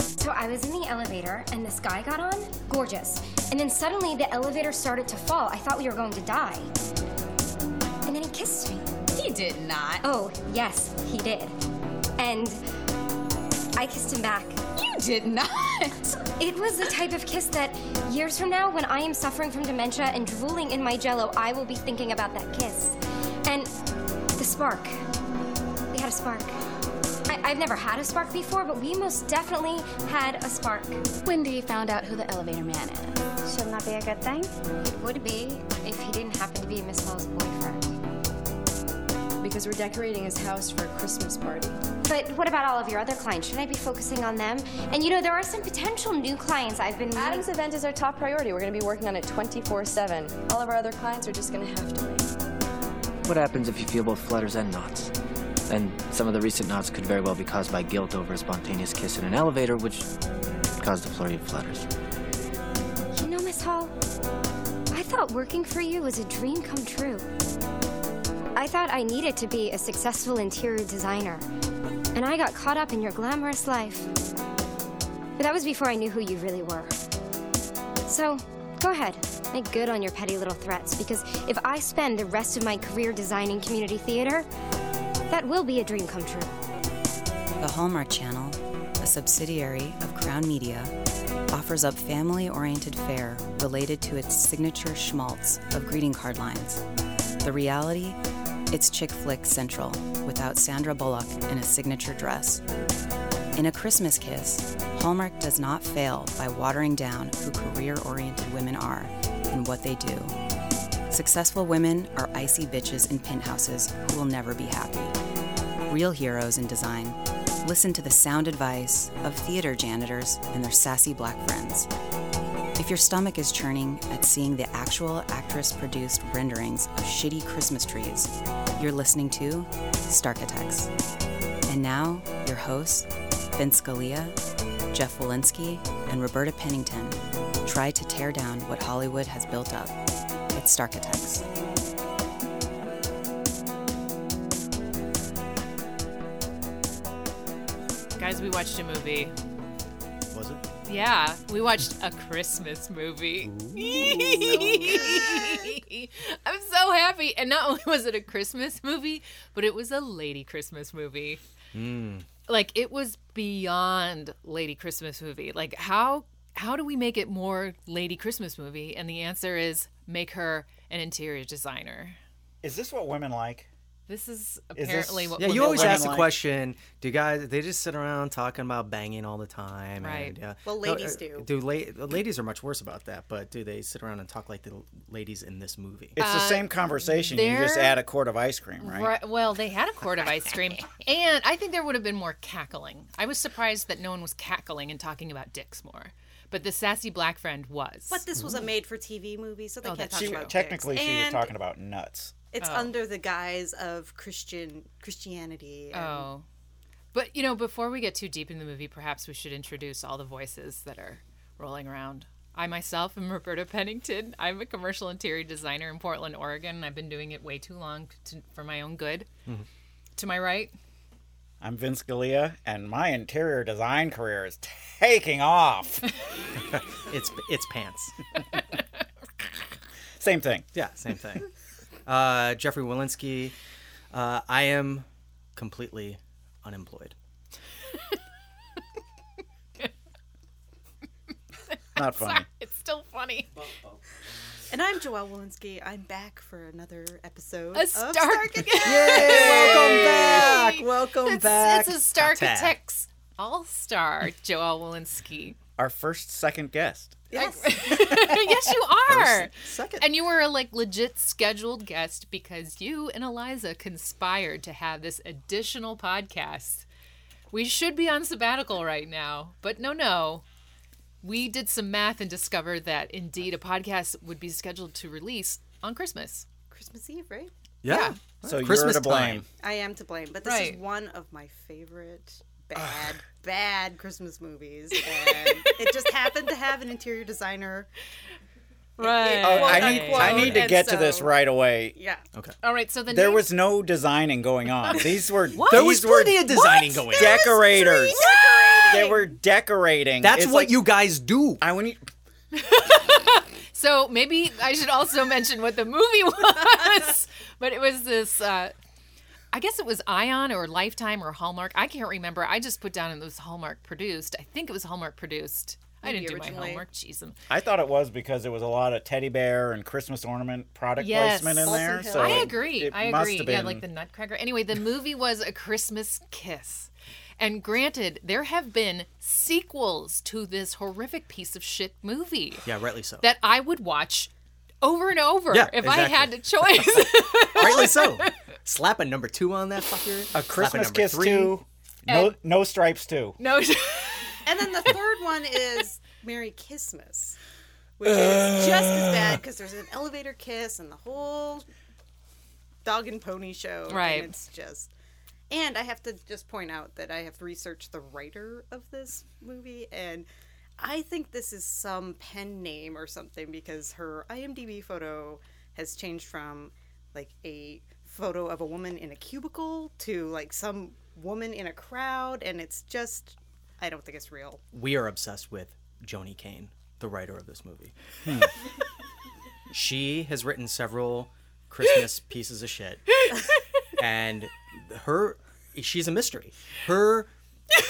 So I was in the elevator and this guy got on, gorgeous. And then suddenly the elevator started to fall. I thought we were going to die. And then he kissed me. He did not. Oh, yes, he did. And I kissed him back. You did not. It was the type of kiss that years from now, when I am suffering from dementia and drooling in my jello, I will be thinking about that kiss. And the spark. We had a spark. I- I've never had a spark before, but we most definitely had a spark. Wendy found out who the elevator man is. Shouldn't that be a good thing? It would be if he didn't happen to be Miss Hall's boyfriend. because we're decorating his house for a Christmas party. But what about all of your other clients? Should I be focusing on them? And you know, there are some potential new clients I've been meeting. Adam's event is our top priority. We're going to be working on it 24 7. All of our other clients are just going to have to wait. What happens if you feel both flutters and knots? And some of the recent knots could very well be caused by guilt over a spontaneous kiss in an elevator, which caused a flurry of flutters. You know, Miss Hall, I thought working for you was a dream come true. I thought I needed to be a successful interior designer, and I got caught up in your glamorous life. But that was before I knew who you really were. So, go ahead, make good on your petty little threats, because if I spend the rest of my career designing community theater, that will be a dream come true. The Hallmark Channel, a subsidiary of Crown Media, offers up family oriented fare related to its signature schmaltz of greeting card lines. The reality? It's Chick Flick Central, without Sandra Bullock in a signature dress. In A Christmas Kiss, Hallmark does not fail by watering down who career oriented women are and what they do. Successful women are icy bitches in penthouses who will never be happy real heroes in design, listen to the sound advice of theater janitors and their sassy black friends. If your stomach is churning at seeing the actual actress produced renderings of shitty Christmas trees, you're listening to Starkitects. And now, your hosts, Ben Scalia, Jeff Walensky, and Roberta Pennington try to tear down what Hollywood has built up. It's Starkitects. Guys, we watched a movie. Was it? Yeah, we watched a Christmas movie. I'm so happy. And not only was it a Christmas movie, but it was a Lady Christmas movie. Hmm. Like it was beyond Lady Christmas movie. Like how how do we make it more Lady Christmas movie? And the answer is make her an interior designer. Is this what women like? This is this- apparently what Yeah, women you you always like. ask the like- question: Do guys? They just sit around talking about banging all the time, Right. And, uh, Well, no, ladies uh, do. Do la- ladies are much worse about that? But do they sit around and talk like the l- ladies in this movie? It's Uh, the same conversation. You just there- add a quart of ice cream, right? Right. Well, they had a quart of ice cream, and I think there would have been more cackling. I was surprised that no one was cackling and talking about dicks more, but the sassy black friend was. But this was a made-for-TV movie, so they can't talk She, about Oh, technically, dicks. she was And talking Oh. about nuts. It's under the guise of Christian Christianity. and- Oh, but you know, before we get too deep in the movie, perhaps we should introduce all the voices that are rolling around. I myself am Roberta Pennington. I'm a commercial interior designer in Portland, Oregon. and I've been doing it way too long to, for my own good. To my right, I'm Vince Galea, and my interior design career is taking off. Oh. It's it's pants. Same thing. Yeah, same thing. uh, Jeffrey Walensky. Uh, I am completely unemployed. Not funny. it's still funny. And I'm Joelle Walensky. I'm back for another episode A of Stark- Welcome back. Welcome It's, back. it's a Star Attack. Architects All Star, Joel Walensky. Our first second guest. yes, you are. Second. And you were a like legit scheduled guest because you and Eliza conspired to have this additional podcast. We should be on sabbatical right now, but no, no. We did some math and discovered that indeed a podcast would be scheduled to release on Christmas. Christmas Eve, right? yeah. So Christmas you're to blame. time. I am to blame, but this Right. is one of my favorite bad, bad Christmas movies, and it just happened to have an interior designer. Right. Oh, I, Quote, need, I unquote, need to and get to this so- right away. Yeah, All right, so the There name- was no designing going on. These were There was these were plenty of designing going. on. decorators. They were decorating. That's It's what like- you guys do. I want you. So maybe I should also mention what the movie was. but it was this uh I guess it was Ion or Lifetime or Hallmark. I can't remember. I just put down it was Hallmark produced. I think it was Hallmark produced. I didn't do my originally. homework. Jeez. I'm- I thought it was because there was a lot of teddy bear and Christmas ornament product Yes. placement in Walton there. Hill. So I agree. It I must agree. have been. Yeah, like the Nutcracker. Anyway, the movie was A Christmas Kiss. And granted, there have been sequels to this horrific piece of shit movie Yeah, rightly so. that I would watch over and over Yeah, if I exactly. had a choice. rightly so. Slap a number two on that fucker. a Christmas number Kiss three. two. No, no stripes too. no. And then the third one is Merry Kissmas, which is just as bad because there's an elevator kiss and the whole dog and pony show. Right. And it's just. And I have to just point out that I have researched the writer of this movie, and I think this is some pen name or something because her IMDb photo has changed from like a photo of a woman in a cubicle to like some woman in a crowd, and it's just. I don't think it's real. we are obsessed with Joni Kane, the writer of this movie. she has written several Christmas pieces of shit, and her she's a mystery. Her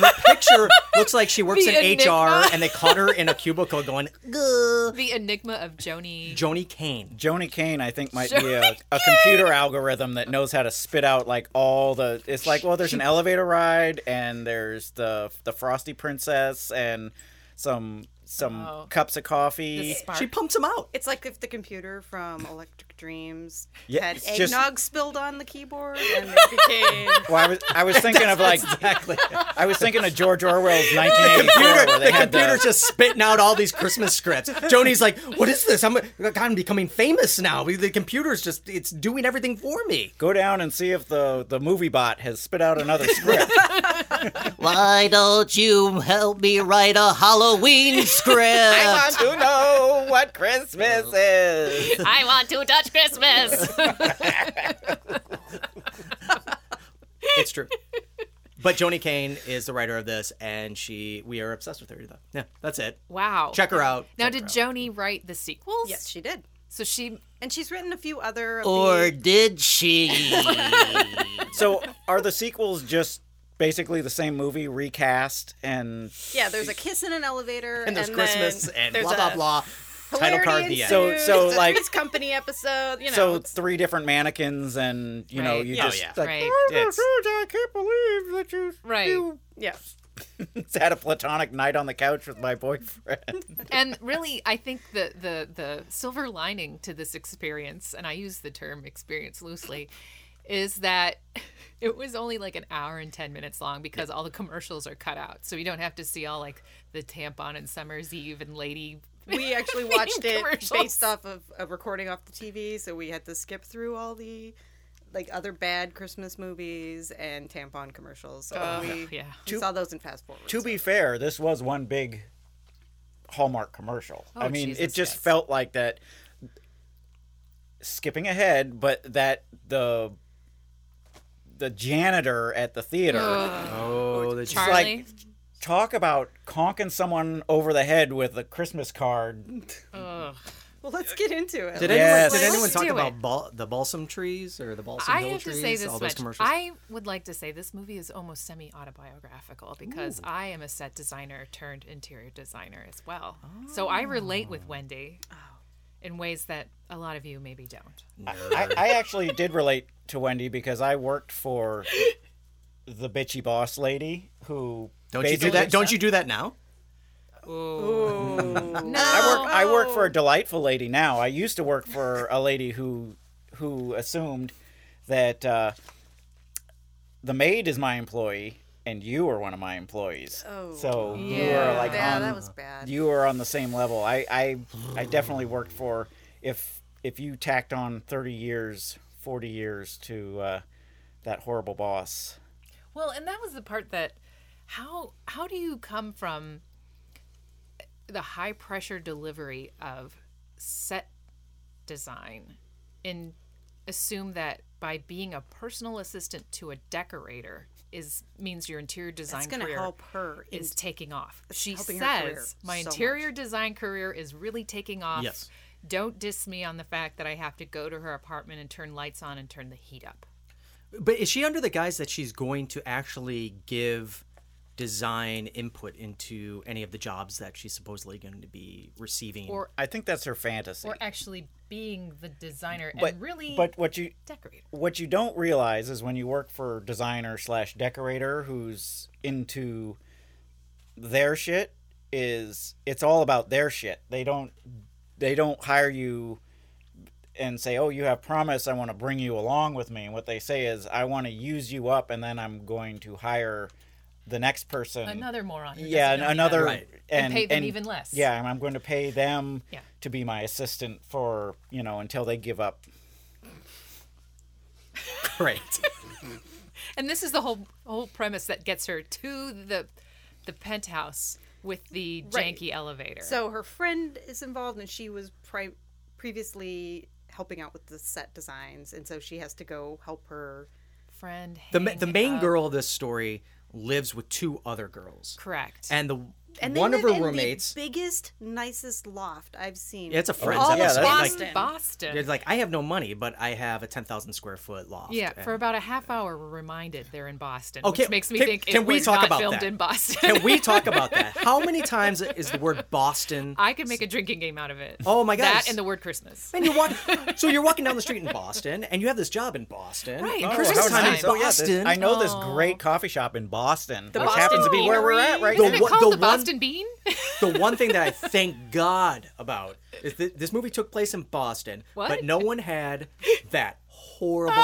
her picture looks like she works The in enigma. HR, and they caught her in a cubicle going the enigma of Joni. Joni Kane. Joni Kane, I think, might be a, a computer algorithm that knows how to spit out like all the. It's like, well, there's an elevator ride, and there's the the Frosty Princess, and some some Oh. cups of coffee. She pumps him out. It's like if the computer from Electric Dreams Yeah, had it's just- eggnog spilled on the keyboard and it became. Well, I was I was thinking of like Exactly. I was thinking of George Orwell's 1984. where they the had computer's just spitting out all these Christmas scripts. Joni's like, "What is this? I'm, I'm becoming famous now. The computer's just it's doing everything for me." Go down and see if the, the movie bot has spit out another script. Why don't you help me write a Halloween script? I want to know what Christmas is. I want to touch Christmas. It's true. But Joni Kane is the writer of this, and she we are obsessed with her. Though. Yeah, that's it. wow. Check her out. Now, Check did her out. Joni write the sequels? yes, she did. So she. And she's written a few other. Of Or the- did she? So are the sequels just basically the same movie recast and yeah, there's a kiss in an elevator. and there's then Christmas and there's blah a blah blah. Title card hilarity the end. So- ensues, so, there's a like- Three's company episode. You know, so it's- three different mannequins and you know Right. you Oh, just yeah. like Right. "Oh my It's- God, I can't believe that you Right. yeah. had a platonic night on the couch with my boyfriend. And really, I think the, the, the silver lining to this experience, and I use the term experience loosely, is that it was only like an hour and 10 minutes long because all the commercials are cut out. So you don't have to see all like the tampon and Summer's Eve and Lady. We actually watched it commercials. based off of a recording off the TV, so we had to skip through all the like other bad Christmas movies and tampon commercials. So we, yeah. we saw those in fast forward. to be fair, this was one big Hallmark commercial. I mean, Jesus, it just yes. felt like that skipping ahead, but that the the janitor at the theater oh, the it's Charlie. like talk about conking someone over the head with a Christmas card. well, let's get into it. did, anyone, Yes. did anyone Let's talk do about it. bal- the balsam trees or the balsam I hill have to trees? say this all those much. commercials. I would like to say this movie is almost semi autobiographical because I am a set designer turned interior designer as well. So I relate Oh. with Wendy in ways that a lot of you maybe don't. I, I actually did relate to Wendy because I worked for the bitchy boss lady who Don't you do basically- that? Don't you do that now? I work I work Oh. for a delightful lady now. I used to work for a lady who who assumed that uh, the maid is my employee and you are one of my employees. Oh, so you are like yeah, on that was bad. you are on the same level. I, I I definitely worked for if if you tacked on thirty years, forty years to uh, that horrible boss. Well, and that was the part that how how do you come from the high pressure delivery of set design and assume that by being a personal assistant to a decorator is means your interior design That's going to career help her. in- is taking off. She helping her career says my so much." interior design career is really taking off. Yes. Don't diss me on the fact that I have to go to her apartment and turn lights on and turn the heat up. But is she under the guise that she's going to actually give design input into any of the jobs that she's supposedly going to be receiving? Or I think that's her fantasy. or actually being the designer but and really but what you decorator. what you don't realize is when you work for designer slash decorator who's into their shit is it's all about their shit they don't they don't hire you and say oh you have promise i want to bring you along with me and what they say is i want to use you up and then i'm going to hire the next person Another moron. who doesn't yeah and know me another better. Right. And pay them even less. yeah and i'm going to pay them Yeah. to be my assistant for you know until they give up Right. And this is the whole whole premise that gets her to the the penthouse with the Right. janky elevator. So her friend is involved, and she was pri- previously helping out with the set designs, and so she has to go help her. friend the ma- the hang main up. girl of this story lives with two other girls. correct. And the And they one of live her in the roommates. biggest, nicest loft I've seen. Yeah, it's a friend's all house. of Yeah, that's Boston. Boston. Boston. It's like I have no money, but I have a ten thousand square foot loft. Yeah, and- for about a half hour, we're reminded they're in Boston, Okay, which makes me can- think can it we was talk not about filmed that? in Boston. Can we talk about that? How many times is the word Boston? I could make a drinking game out of it. Oh my That gosh. and the word Christmas. And you walk, so you're walking down the street in Boston, and you have this job in Boston. Right, and Oh, Christmas how time in nice. Oh, yeah, this- Boston. Oh. I know this great coffee shop in Boston, which Boston happens to be where we're at Beanery. right The Isn't now. it one- called the, one- Boston Bean? the one thing that I thank God about is that this movie took place in Boston, What? but no one had that horrible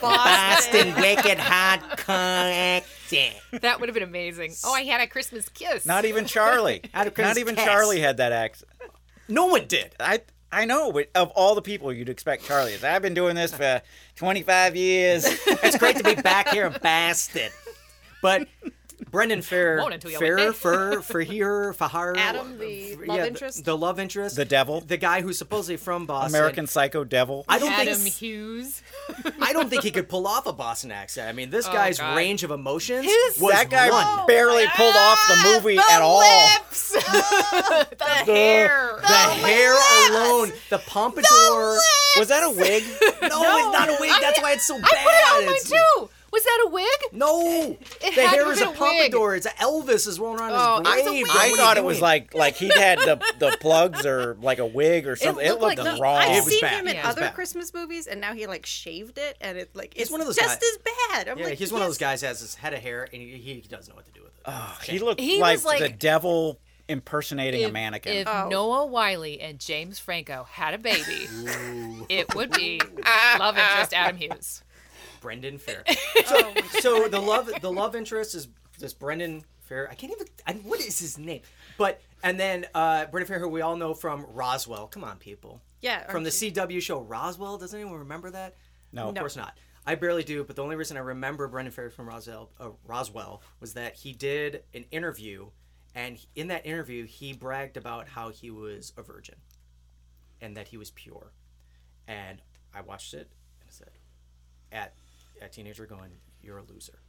Boston wicked hot connection. that would have been amazing. Oh, I had a Christmas kiss. Not even Charlie. Out of Not Chris's even test. Charlie had that accent. No one did. I I know, but of all the people you'd expect Charlie is. I've been doing this for 25 years. It's great to be back here in Boston, but. Brendan Fair, Won't until you Fair, like Fur, Fahir, Fahar, Adam, the f- love yeah, interest? the, love interest, The devil. the guy who's supposedly from Boston, American Psycho Devil. I don't Adam think Hughes. I don't think he could pull off a Boston accent. I mean, this guy's God. range of emotions His- was that guy one. Oh, barely pulled off the movie at all. The hair. The hair alone, the pompadour. Was that a wig? no, it's not a wig. That's why it's so bad. I put it on mine It's- too. Was that a wig? No, It the had to hair have is been a a wig. pompadour. It's Elvis is rolling around Oh, his I grave. was a wig. What are I you thought it was doing? like like he had the, the plugs or like a wig or something. It looked looked, like the- wrong. I've It was seen bad. him in Yeah. It was other bad. Christmas movies, and now he like shaved it, and it like it's one of those just guy- as bad. I'm Yeah, like, he's one of those "Yes." guys that has his head of hair and he, he doesn't know what to do with it. He looked He like, was like- the devil impersonating a mannequin. If Oh. Noah Wiley and James Franco had a baby, it would be love interest Adam Hughes. Brendan Fair. So, so the love the love interest is this Brendan Fair. I can't even. I, what is his name? But and then uh, Brendan Fair, who we all know from Roswell. Come on, people. Yeah, From the aren't CW show Roswell. Does anyone remember that? No, of No. course not. I barely do, but the only reason I remember Brendan Fair from Roswell, uh, Roswell was that he did an interview, and in that interview he bragged about how he was a virgin, and that he was pure, and I watched it and I said, at a teenager going, "You're a loser."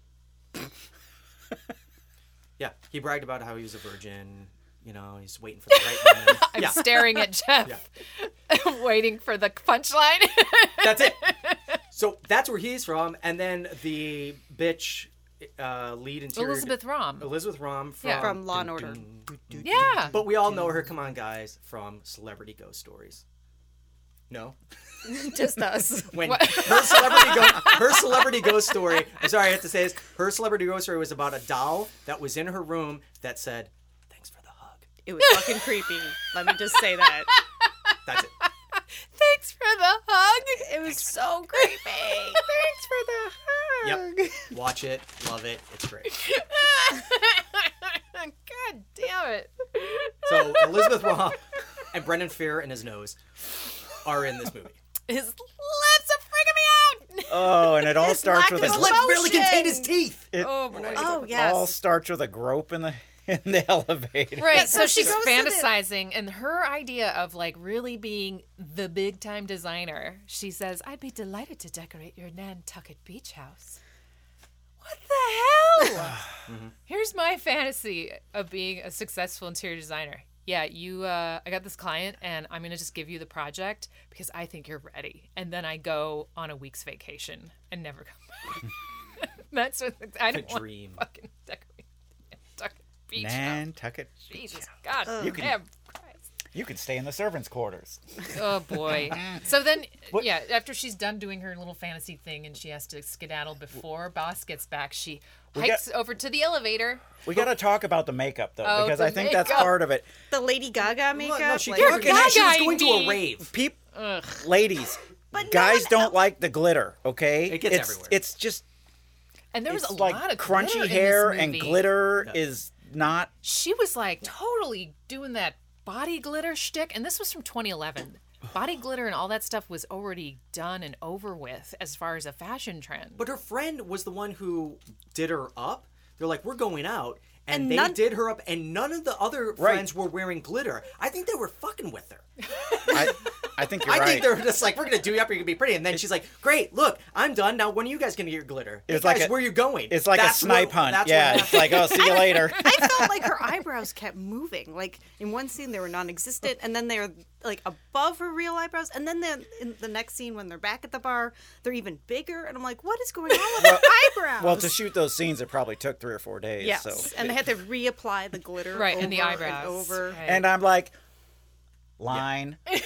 yeah, he bragged about how he was a virgin. You know, he's waiting for the right woman. I'm yeah, staring at Jeff, waiting for the punchline. that's it. So that's where he's from, Um, and then the bitch uh, lead interior Elizabeth Rom. Elizabeth Rom from, Yeah. From Law and Order. yeah. But we all know her. Come on, guys, from Celebrity Ghost Stories. No. just us. when her celebrity go- her celebrity ghost story. I'm sorry, I have to say this. Her celebrity ghost story was about a doll that was in her room that said, "Thanks for the hug." It was fucking creepy. Let me just say that. That's it. Thanks for the hug. It was so creepy. Thanks for the hug. Yep. Watch it, love it. It's great. God damn it. So Elizabeth Raw and Brendan Fear and his nose are in this movie. His lips are freaking me out. Oh, and it all starts lack with of a lip barely contained his teeth. it Oh boy. Oh yes. all starts with a grope in the in the elevator. Right, Yeah, so, so she she's goes to the- fantasizing, and her idea of like really being the big time designer, she says, I'd be delighted to decorate your Nantucket beach house. what the hell? Mm-hmm. Here's my fantasy of being a successful interior designer. Yeah, you. Uh, I got this client, and I'm gonna just give you the project because I think you're ready. And then I go on a week's vacation and never come back. That's what I don't want dream. fucking decorate. Nantucket Beach. house. Nantucket. Jesus God, damn Christ. You can stay in the servants' quarters. Oh boy. so then, yeah, after she's done doing her little fantasy thing and she has to skedaddle before boss gets back, she got- hikes over to the elevator. We got to talk about the makeup though, Oh, because the I think that's makeup. part of it. The Lady Gaga makeup. she, like- fucking- she was gaga-ing going to a me. rave. Peep, ladies, But no guys one don't el- like the glitter. Okay, It gets it's, everywhere. It's just And there was it's a like lot of glitter crunchy in this hair and movie. glitter is not. She was like totally doing that body glitter shtick, and this was from 2011. Body glitter and all that stuff was already done and over with as far as a fashion trend. But her friend was the one who did her up. They're like, we're going out. And, And they none- did her up, and none of the other friends were wearing glitter. I think they were fucking with her. I, I think you're I right. think they're just like, we're gonna do you up, you're gonna be pretty, and then she's like, great, look, I'm done. Now when are you guys gonna get your glitter? It's Hey, like guys, a- where you going? It's like That's a snipe what- hunt. that's Yeah, what it's like oh, see you later. I felt like her eyebrows kept moving. Like in one scene they were non-existent, and then they're like above her real eyebrows, and then they're- in the next scene when they're back at the bar, they're even bigger. And I'm like, what is going on with her eyebrows? Well, to shoot those scenes, it probably took three or four days. yes, So. and they had to reapply the glitter Right, and the over eyebrows. over. Right. And I'm like, line. they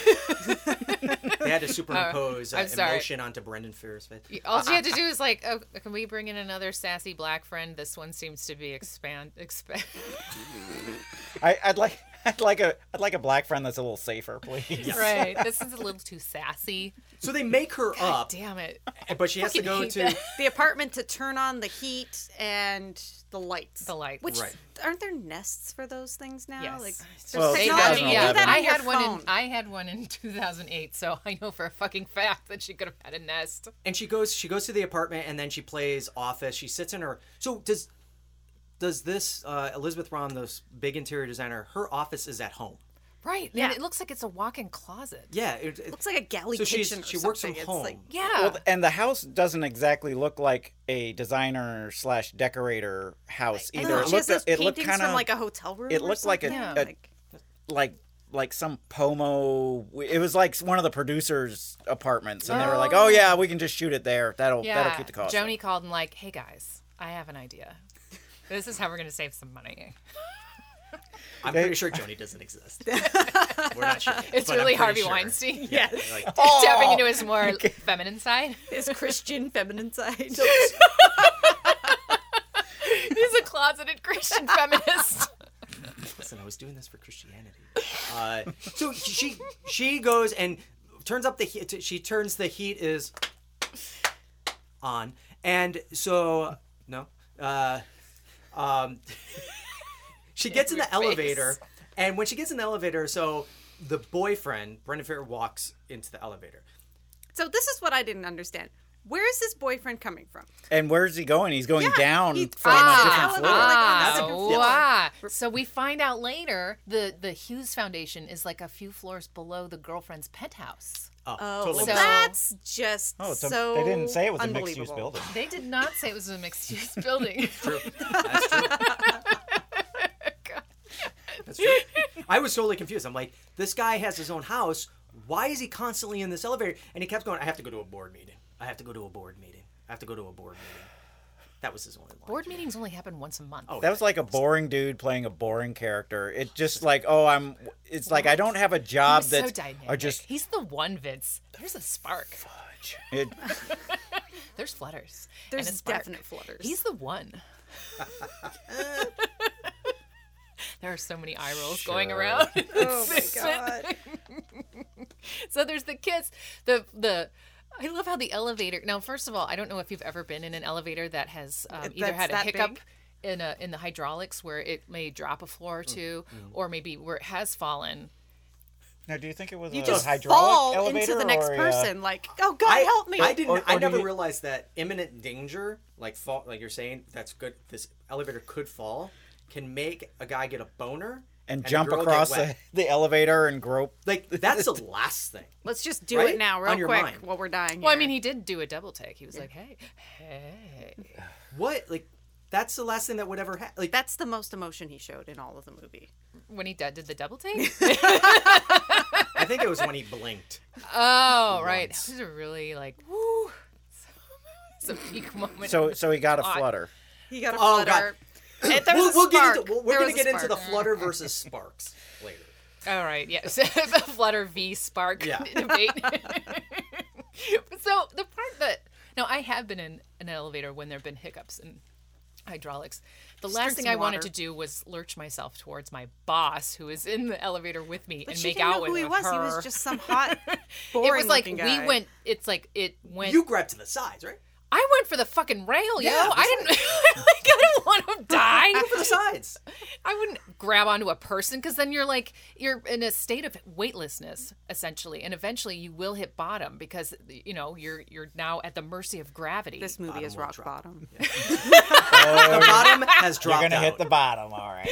had to superimpose I'm uh, sorry. emotion onto Brendan Fear's face. All she had to do is like, oh, can we bring in another sassy black friend? This one seems to be expand, expand. I, I'd like. I'd like a I'd like a black friend that's a little safer, please. Right. This is a little too sassy. So they make her up, Damn it. but she has to fucking go hate to. that. the apartment to turn on the heat and the lights. The lights. Which Right. aren't there nests for those things now? Yes. Like there's Well, They Technology, got technology. it. you Do yeah, that but on I your had one phone. in I had one in 2008, so I know for a fucking fact that she could have had a nest. and she goes she goes to the apartment and then she plays office she sits in her so does does this uh, elizabeth Rom, this big interior designer her office is at home Right. Yeah. And it looks like it's a walk-in closet. yeah it, it- Looks like a galley so she's, kitchen. or she works from something. It's home like- Yeah. Well, and the house doesn't exactly look like a designer slash decorator house I either. don't know, it she has looked those it paintings looked kind from of like a hotel room. it or looked like a, something, a- like- like like some pomo. It was like one of the producers' apartments, and they were like, "Oh yeah, we can just shoot it there. That'll that'll keep the cost." down." Joni called and like, "Hey guys, I have an idea. This is how we're going to save some money." i'm pretty sure joni doesn't exist we're not sure It's but I'm really pretty Harvey sure. Weinstein yeah, like, tapping into his more feminine side. his Christian feminine side. He's a closeted Christian feminist. listen i was doing this for christianity uh, so she she goes and turns up the heat she turns the heat is on and so no uh, um, she gets in the elevator and when she gets in the elevator so the boyfriend brendan Fair walks into the elevator so this is what I didn't understand. Where is this boyfriend coming from? and where's he going? He's going down he- from Ah, a ah, different floor. Like on the Ah, second floor. wow. So we find out later the the Hughes Foundation is like a few floors below the girlfriend's penthouse. oh, Well, totally So- that's just Oh, it's a- so. they didn't say it was a mixed-use unbelievable. building. They did not say it was a mixed use building. true that's true that's true i was totally confused i'm like this guy has his own house why is he constantly in this elevator and he kept going i have to go to a board meeting i have to go to a board meeting i have to go to a board meeting that was his only line Board meetings only happen once a month. Oh, That was like a boring dude playing a boring character. It just like, oh, I'm. It's like I don't have a job so that's dynamic. or just He's the one, Vince. There's a spark. it, There's flutters. and a There's spark. definite flutters. He's the one. there are so many eye rolls going around. oh my god. so there's the kiss. The the I love how the elevator. Now, first of all, I don't know if you've ever been in an elevator that has um, either that's had a that hiccup. big? In, a, in the hydraulics where it may drop a Mm, floor or 2 or maybe where it has fallen now, do you think it was You a just hydraulic fall elevator into the next or uh, a- person. Like, oh God, uh, I, help me! I didn't. Or- or I do never you- realized that imminent danger, like fall, like you're saying, that's good. This elevator could fall, can make a guy get a boner and, the jump girl get across the, wet. the elevator and grope. Like that's the last thing. Let's just do Right? it now, real On your quick, mind. while we're dying. Well, I here. mean, he did do a double take. He was like, "Hey, hey." What? Like that's the last thing that would ever happen. Like that's the most emotion he showed in all of the movie. When he did, did the double take? I think it was when he blinked. oh, right. That was a really like, woo. It's a peak moment. So so he got a God. flutter. He got a Oh, flutter. And there We'll, was a we'll get spark. into, we'll- we're There going was to a get into the spark. flutter versus sparks later. All right, yes. the Flutter v Spark Yeah. debate. But so the part that now I have been in an elevator when there have been hiccups and hydraulics. The last drink thing some I wanted water. to do was lurch myself towards my boss who was in the elevator with me But and she make didn't out know with who he with was. her. He was just some hot, boring it was like looking we guy. went it's like it went You grabbed to the sides, right? I went for the fucking rail, Yeah, yo. that's I didn't like I didn't want to die. For the sides. I wouldn't grab onto a person because then you're like you're in a state of weightlessness essentially, and eventually you will hit bottom because you know you're you're now at the mercy of gravity. This movie is rock bottom. The bottom has You're dropped gonna hit out. the bottom, all right.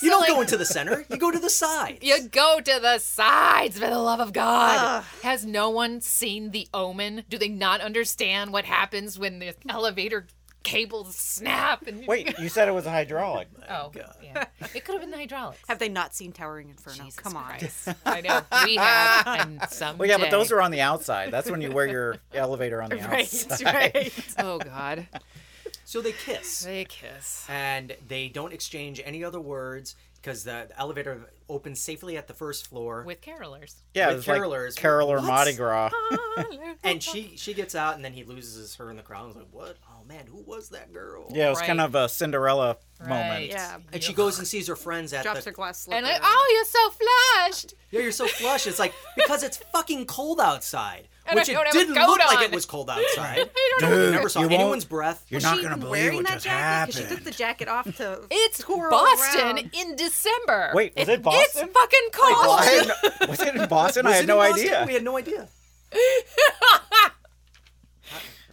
You don't like- go into the center. You go to the sides. you go to the sides for the love of God. Has no one seen The Omen? Do they not understand what happens when the elevator cables snap? And Wait, you said it was a hydraulic. oh, yeah, it could have been the hydraulics. Have they not seen Towering Inferno? Jesus Come on. Christ. I know we have, and some. Well, yeah, but those are on the outside. That's when you wear your elevator on the outside. Right, right. Oh God, So they kiss. they kiss. and they don't exchange any other words because the, the elevator opens safely at the first floor. with carolers. Yeah, With it was like carolers. Carol or What? Mardi Gras. Oh. and she she gets out, and then he loses her in the crowd. I was like, "What? Oh man, who was that girl?" Yeah, it was Right. kind of a Cinderella Right. moment. Yeah. And she goes and sees her friends at Drops the. her glass slipper. And like, oh, you're so flushed. Yeah, you're so flush. It's like because it's fucking cold outside, And which I it don't have a didn't coat look like on. it was cold outside. Dude, You never saw you won't- anyone's breath. You're Was not she gonna even believe wearing what that just jacket? 'Cause She took happened. the jacket off to. It's twirl Boston around. in December. Wait, was it It's Boston? fucking cold. I had no- was it in Boston? I Was had it no in Boston? idea. We had no idea.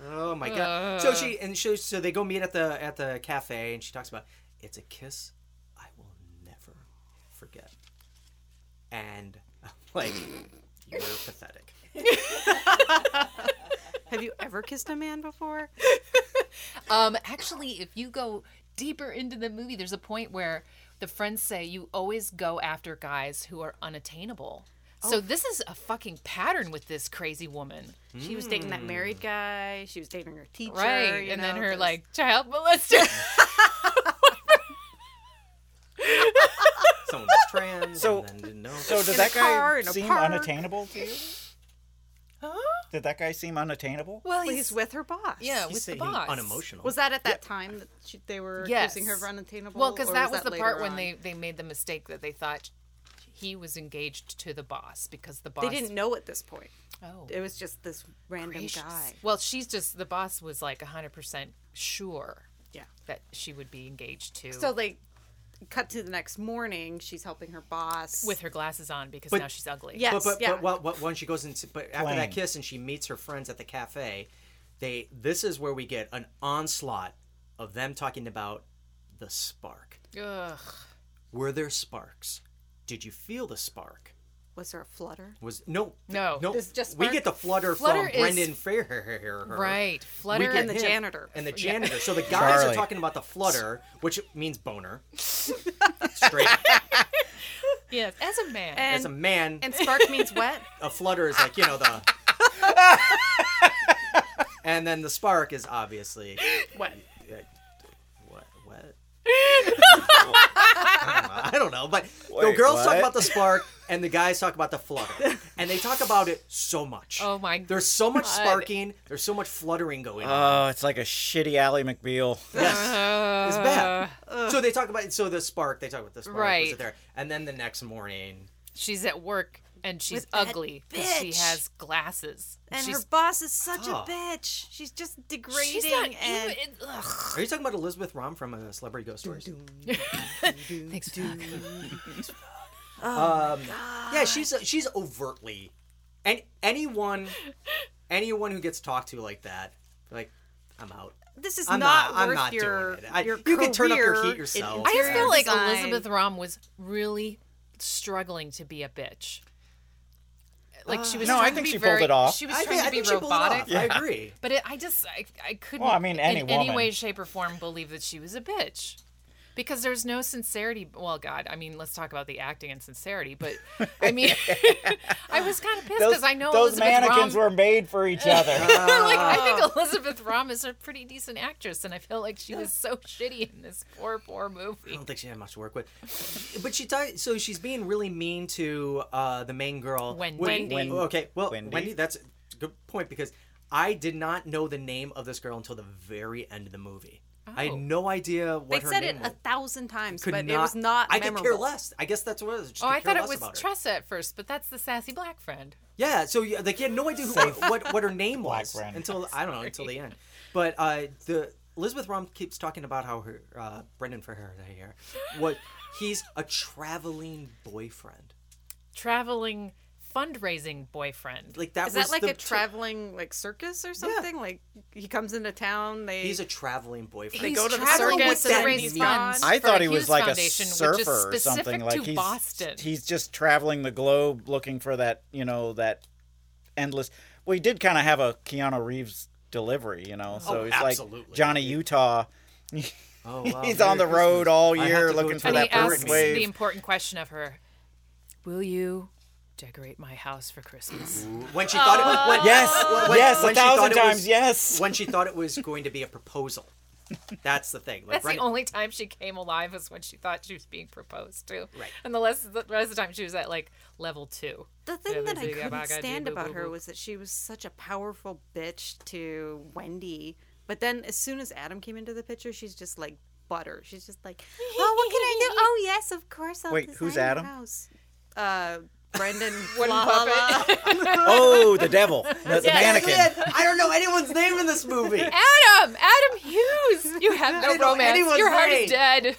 oh my god! So she and so so they go meet at the at the cafe, and she talks about it's a kiss I will never forget. And I'm like, you're pathetic. Have you ever kissed a man before? um, actually, if you go deeper into the movie, there's a point where the friends say you always go after guys who are unattainable. So this is a fucking pattern with this crazy woman, She was dating Hmm. that married guy. She was dating her teacher. right? you and then know, her those- like child molester. Someone was trans, So- and then didn't know. So did a that car, guy in a seem park. unattainable to you? Did that guy seem unattainable? well, Well, he's with her boss. yeah, He with said the he boss. unemotional. Was that at that time that she, they were Yes. accusing her of unattainable? Well, because or that was the later part when on? they they made the mistake that they thought he was engaged to the boss because the boss They didn't know at this point. Oh, It was just this random gracious. guy. Well, she's just the boss was like hundred percent sure Yeah. that she would be engaged to So they cut to the next morning. She's helping her boss. with her glasses on because now she's ugly. yes, but but, yeah. but what, what, when she goes into but after Plain. that kiss and she meets her friends at the cafe, they this is where we get an onslaught of them talking about the spark. Ugh. Were there sparks? Did you feel the spark? was there a flutter? Was no No. no. There's just we spark. get the flutter, Flutter from is- Brendan Fair. Right. We Flutter get and the him janitor. and the janitor. So the guys are Charlie. talking about the flutter, which means boner. Straight yes, as a man. as a man, And spark means wet. a flutter is like you know the. and then the spark is obviously Wet. what what I don't know, but the Wait, girls talk what? about the spark and the guys talk about the flutter, and they talk about it so much. Oh my There's so much God. sparking. There's so much fluttering going on. Oh, it's like a shitty Ally McBeal. Yes, Uh. it's bad. so they talk about so the spark. They talk about the spark. Was Right. it there? And then the next morning, she's at work and she's With that ugly 'cause she bitch. has glasses. And she's her boss is such a Oh. bitch. She's just degrading. she's not and even ugh. are you talking about Elizabeth Rom from uh, Celebrity Ghost Stories? Thanks, Doug. Um, yeah, she's she's overtly, and anyone, anyone who gets talked to like that, like, I'm out. this is I'm not, not- I'm worth not doing your it. I- your you can turn up your career heat in yourself. I just interior feel like design. Elizabeth Rom was really struggling to be a bitch. Like she was. No, I trying to think be she pulled very- it off. She was I trying think, I to be think she pulled it robotic. off. I agree. But it, I just, I, I couldn't. Well, I mean, any in any woman. way, shape, or form, believe that she was a bitch, because there's no sincerity. Well, God, I mean, let's talk about the acting and sincerity. But I mean, I was kind of pissed because I know those Elizabeth mannequins Rom, were made for each other. like, I Ah. think Elizabeth Rom is a pretty decent actress, and I feel like she was so shitty in this poor, poor I movie. don't think she had much to work with. But she does. So she's being really mean to uh, the main girl, Wendy. Wen- Wendy. Okay, well, Wendy. Wendy. that's a good point because I did not know the name of this girl until the very end of the movie. I Oh. had no idea what They her said it name a was. thousand times, Could but it was not. I memorable. could care less. I guess that's what it was. Just Oh, could I care thought it less was about her. Tressa at first, but that's the sassy black friend. Yeah, so yeah, like you had no idea who, what what her name Black was Brand. until I don't know until the end. But uh, the Elizabeth Rom keeps talking about how her uh, Brendan Ferrer here, what he's a traveling boyfriend. Traveling fundraising boyfriend. Like that Is was that like the a traveling like circus or something? Like he comes into town. They He's a traveling boyfriend. go to the traveling circus and with them then to raise he's funds gone. I for thought the he was Hughes like Foundation, a which is surfer or something. specific Like to he's Boston. he's just traveling the globe looking for that you know that endless. Well, he did kind of have a Keanu Reeves delivery, you know. So Oh, he's absolutely. like Johnny Utah. Oh, wow, he's Merry on the Christmas. road all I have year to go looking to for and the he that asks perfect Burger the wave. important question of her: Will you decorate my house for Christmas? When she thought Oh. it was when, Yes, when- yes, a when she thought thousand it was- times, yes. when she thought it was going to be a proposal. That's the thing. Like, That's the Brendan- only time she came alive was when she thought she was being proposed to. Right. And the rest, the rest of the time she was at like level two. The Yeah, thing that I they do, yeah, couldn't baga, dee, stand boo, about boo, her boo. was that she was such a powerful bitch to Wendy. But then as soon as Adam came into the picture, she's just like butter. She's just like, "Oh, what can I do? Oh, yes, of course I'll Wait, who's design a Adam? House. Uh, Brendan Wooden La- La- La- puppet. Oh, the devil, the, the mannequin. I don't know anyone's name in this movie. Adam, Adam Hughes. You have no don't know romance. anyone's Your heart name. is dead.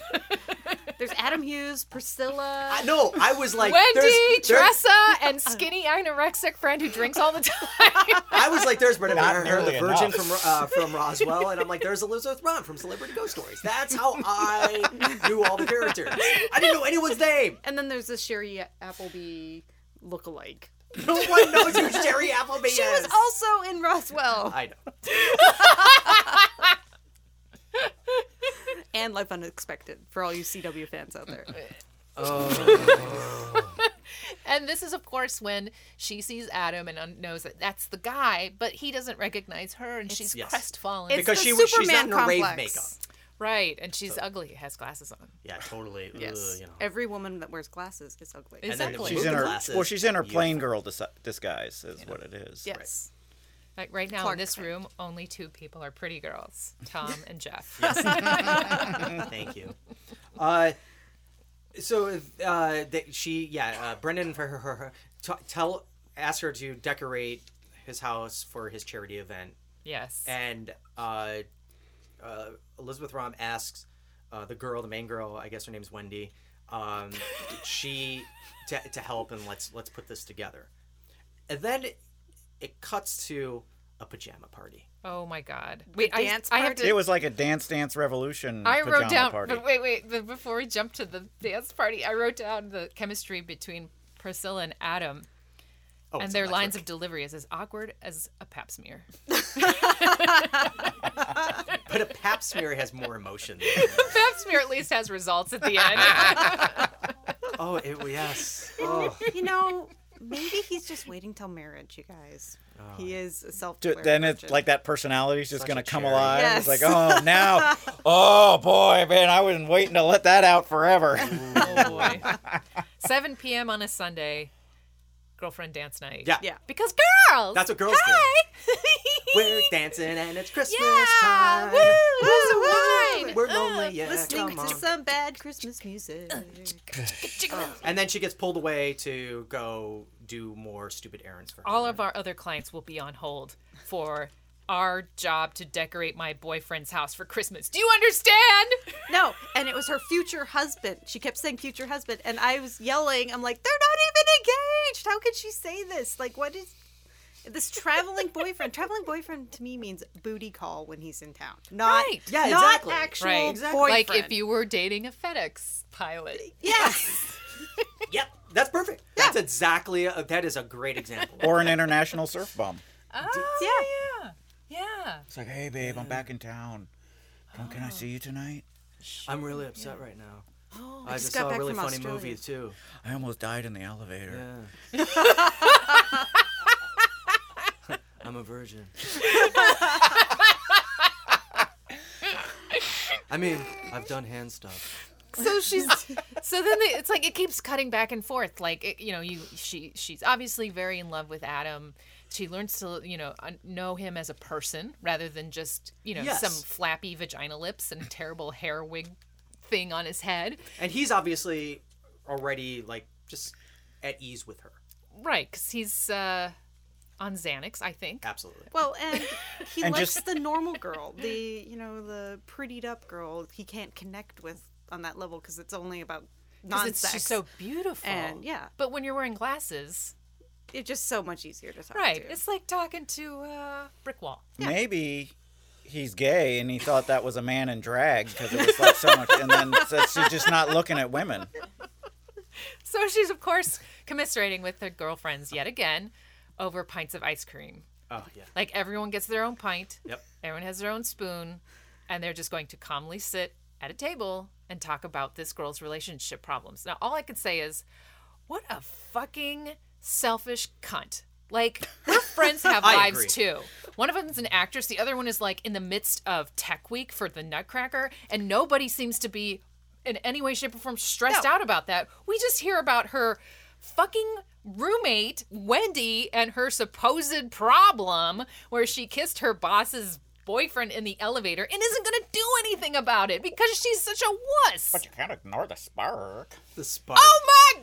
There's Adam Hughes, Priscilla. I- No, I was like Wendy, there's, there's, Tressa, and skinny anorexic friend who drinks all the time. I was like, "There's Brendan Not Not Ferrer, the nearly Virgin enough. from uh, from Roswell," and I'm like, "There's Elizabeth Ron from Celebrity Ghost Stories." That's how I knew all the characters. I didn't know anyone's name. And then there's this Sherry Appleby lookalike. No one knows who Sherry Appleby She is. was also in Roswell I know. and Life Unexpected for all you CW fans out there. and this is, of course, when she sees Adam and un- knows that that's the guy, but he doesn't recognize her, and she's Yes. crestfallen. It's Because the she was- she's not Superman in her rave complex. makeup. right, and she's ugly, has glasses on. Yeah, totally. Ugh, Yes. you know. Every woman that wears glasses is ugly. Is- And then Exactly. She's in her glasses. well, she's in her plain girl dis- disguise, is what it is. yes. Like right now Clark in this Kent. room, only two people are pretty girls: Tom and Jeff. Thank you. Uh, so uh, that she, yeah, uh, Brendan for her, her, her t- tell ask her to decorate his house for his charity event, Yes. and uh, uh, Elizabeth Rom asks uh, the girl, the main girl, I guess her name's Wendy, um, she to, to help and let's let's put this together, and then it cuts to a pajama party. oh my God. Wait, I, dance I have party? to. It was like a dance dance revolution. I pajama wrote down. party. But wait, wait. The, before we jump to the dance party, I wrote down the chemistry between Priscilla and Adam. Oh, and it's their electric. lines of delivery is as awkward as a pap smear. but a pap smear has more emotion. Than pap smear at least has results at the end. oh, it, yes. Oh. You know, maybe he's just waiting till marriage, you guys. Oh, He is a self D- then it's like that personality's just Such gonna a come cherry. alive. It's like, Yes. oh, now, oh boy, man, I was waiting to let that out forever. oh boy. 7 p.m. on a Sunday, girlfriend dance night. Yeah. Yeah. Because girls. That's what girls do. Hi! We're dancing and it's Christmas yeah. time. Woo. Have some wine. We're lonely, yeah. listening come on. to some bad Christmas music. And then she gets pulled away to go do more stupid errands for her. All of our other clients will be on hold for our job to decorate my boyfriend's house for Christmas. Do you understand? no, and it was her future husband. She kept saying future husband, and I was yelling. I'm like, they're not even engaged. How could she say this? Like, what is? This traveling boyfriend. traveling boyfriend to me means booty call when he's in town. Not Right. yeah, Yeah, not exactly. actual Right. boyfriend. Like if you were dating a FedEx pilot. Yes. Yep, that's perfect. That's exactly. A, that is a great example. or an international surf bum. yeah. Yeah. Oh. It's like, hey, babe, I'm back in town. Come, can I see you tonight? I'm really upset right now. Oh, I, just got saw back a really from funny Australia. movie too. I almost died in the elevator. Yeah. I'm a virgin. I mean, I've done hand stuff. So she's so then they, it's like it keeps cutting back and forth. Like it, you know, you she she's obviously very in love with Adam. She learns to you know un- know him as a person rather than just you know Yes. some flappy vagina lips and terrible hair wig thing on his head. And he's obviously already like just at ease with her. Right, because he's uh, on Xanax, I think. Absolutely. Well, and he And likes just- the normal girl, the you know the prettied up girl. He can't connect with on that level because it's only about Because non-sex. it's just so beautiful. And, yeah. But when you're wearing glasses, it's just so much easier to talk right, to. it's like talking to a brick wall. Maybe he's gay and he thought that was a man in drag because it was like so much. And then so she's just not looking at women. So she's, of course, commiserating with her girlfriends yet again over pints of ice cream. Oh yeah. Like everyone gets their own pint, Yep. everyone has their own spoon, and they're just going to calmly sit at a table and talk about this girl's relationship problems. Now, all I can say is, what a fucking selfish cunt. Like, her friends have I lives agree. too. One of them is an actress, the other one is like in the midst of tech week for the Nutcracker, and nobody seems to be in any way, shape, or form stressed out about that. We just hear about her fucking roommate, Wendy, and her supposed problem where she kissed her boss's boyfriend in the elevator and isn't gonna do anything about it because she's such a wuss. You can't ignore the spark. The spark. Oh my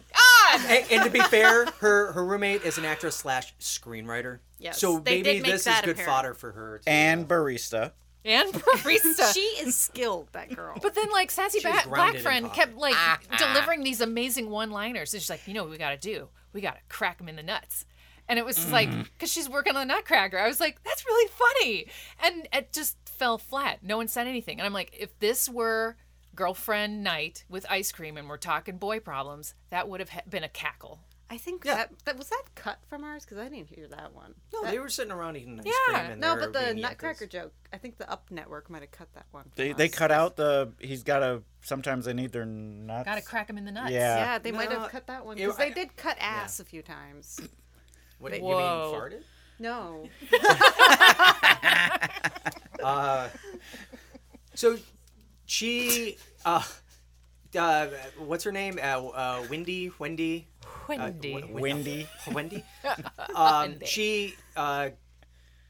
god! and, and to be fair, her her roommate is an actress slash screenwriter. Yes, So maybe they did make this is that good apparent. fodder for her. To, And barista. And barista. she is skilled, that girl. but then, like sassy was ba- black grounded in friend pop. Ah, kept like delivering these amazing one-liners, and she's like, "You know what we gotta do? We gotta crack him in the nuts." And it was just Mm-hmm. like, because she's working on the Nutcracker. I was like, "That's really funny," and it just fell flat. No one said anything, and I'm like, if this were girlfriend night with ice cream and we're talking boy problems, that would have ha- been a cackle. I think that, that was that cut from ours because I didn't hear that one. no, That- they were sitting around eating ice Yeah, cream. And no, they're but the being yankers. Nutcracker joke. I think the Up Network might have cut that one. from They, they us. cut out the. He's got a. Sometimes they need their nuts. Gotta crack him in the nuts. Yeah. Uh, Yeah, they might have No, cut that one it- because they I- did cut ass a few times. What, you mean Whoa. farted? No, Uh, So she, uh, uh, what's her name? Uh, uh, Wendy. Wendy. Wendy. Windy. Wendy. Um, she uh,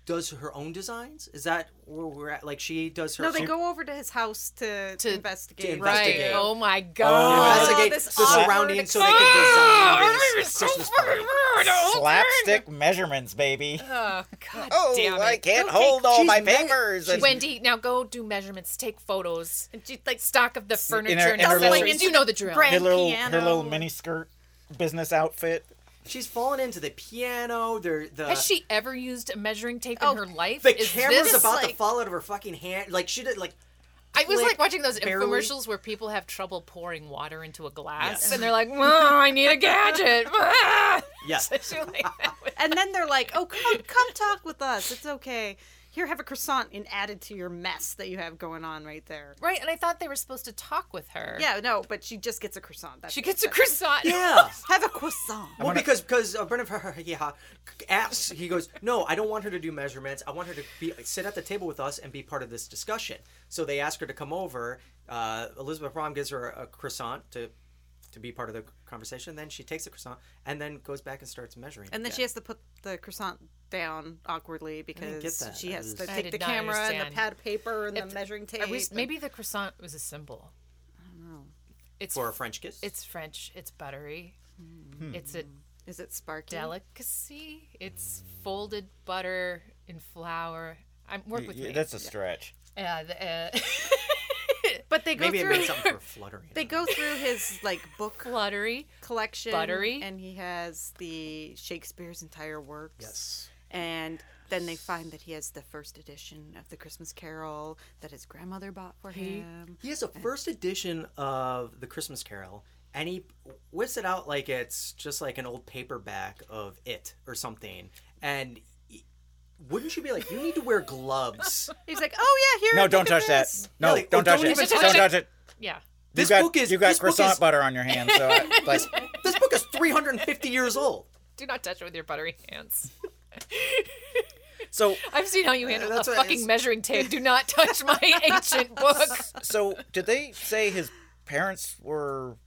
does her own designs. Is that where we're at? Like she does her. no, they she- go over to his house to, To- investigate. to Right. investigate. Oh my god. investigate this the awkward surroundings so they can design this Christmas party. Slapstick measurements, baby. Oh god damn it. I can't Go hold take- all she's my mad- papers. and- Wendy, now go do measurements, take photos, like stock of the furniture her- and in her everything. little- you know the drill. her Grand little piano. her little mini skirt business outfit. She's fallen into the piano. The the Has she ever used a measuring tape in her life? the Is camera's this- about to fall out of her fucking hand. Like she did. Like I was like click, watching those barely. infomercials where people have trouble pouring water into a glass, and they're like, "Well, I need a gadget." Ah. yes. She like- and then they're like, "Oh, come, come talk with us. It's okay. Here, have a croissant and add it to your mess that you have going on right there." right, and I thought they were supposed to talk with her. Yeah, no, but she just gets a croissant. That's she it. gets a croissant. Yeah. have a croissant. Well, because because uh, Brendan yeah, asks, he goes, no, I don't want her to do measurements. I want her to be sit at the table with us and be part of this discussion. So they ask her to come over. Uh, Elizabeth Brom gives her a, croissant to to be part of the conversation. Then she takes the croissant and then goes back and starts measuring. And then again. she has to put the croissant down awkwardly get because that. she has That to was- I take the did not camera and understand. the pad of paper and the measuring tape. Are we- and- maybe the croissant was a symbol. I don't know. for a It's French kiss. Hmm. it's French. It's buttery. It's a is it sparky? delicacy. It's folded butter in flour. I'm work with Yeah, me. that's a stretch. uh, the, uh, But they go maybe it through means something for fluttering. they go through his like book fluttery. collection Buttery. and he has the Shakespeare's entire works. yes. And then they find that he has the first edition of the Christmas Carol that his grandmother bought for him. He has a first edition of the Christmas Carol, and he whips it out like it's just like an old paperback of it or something. And y- wouldn't you be like, you need to wear gloves? He's like, "Oh yeah, here." No, look don't at touch that. this." No, like, don't don't touch it. even Don't touch it. touch it. Yeah. This you got, book is you got this book croissant is- butter on your hand, so I- like This book is 350 years old. Do not touch it with your buttery hands. so I've seen how you handle a that's what I- fucking measuring tape. Do not touch my ancient book. so did they say his parents were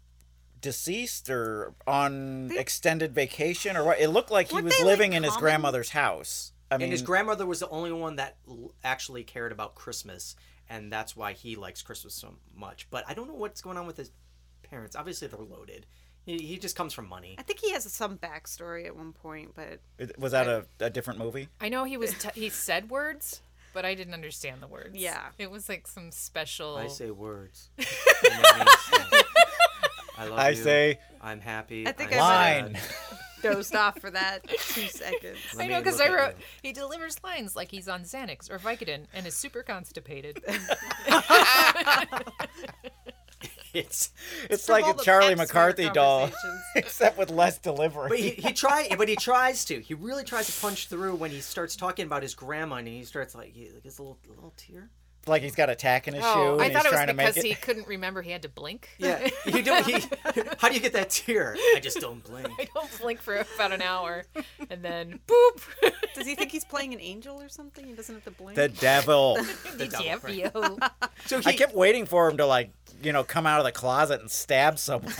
deceased or on extended vacation or what? It looked like he Weren't was they, like, living in his common? grandmother's house. I mean, And his grandmother was the only one that l- actually cared about Christmas, and that's why he likes Christmas so much. But I don't know what's going on with his parents. Obviously, they're loaded. He, he just comes from money. I think he has some backstory at one point, but was that a, a different movie? I know he was. T- he said words, but I didn't understand the words. Yeah. It was like some special. I say words. And that means stuff. I love I you. say- I'm happy. I think I'm I Line. sad. dozed off for that two seconds. Let I know me because look I at wrote you. he delivers lines like he's on Xanax or Vicodin and is super constipated. It's, It's like All a the Charlie Pepsi McCarthy doll, conversations. except with less but delivery. he, he try, but he tries to. He really tries to punch through when he starts talking about his grandma, and he starts like he gets a little, a little tear. like he's got a tack in his shoe oh, I and thought he's it was trying to make because it. he couldn't remember he had to blink. Yeah, you don't. He, how do you get that tear? I just don't blink. I don't blink for about an hour, and then boop. Does he think he's playing an angel or something? He doesn't have to blink. The devil. The devil, Yeah, right? yo. So he, I kept waiting for him to like, you know, come out of the closet and stab someone.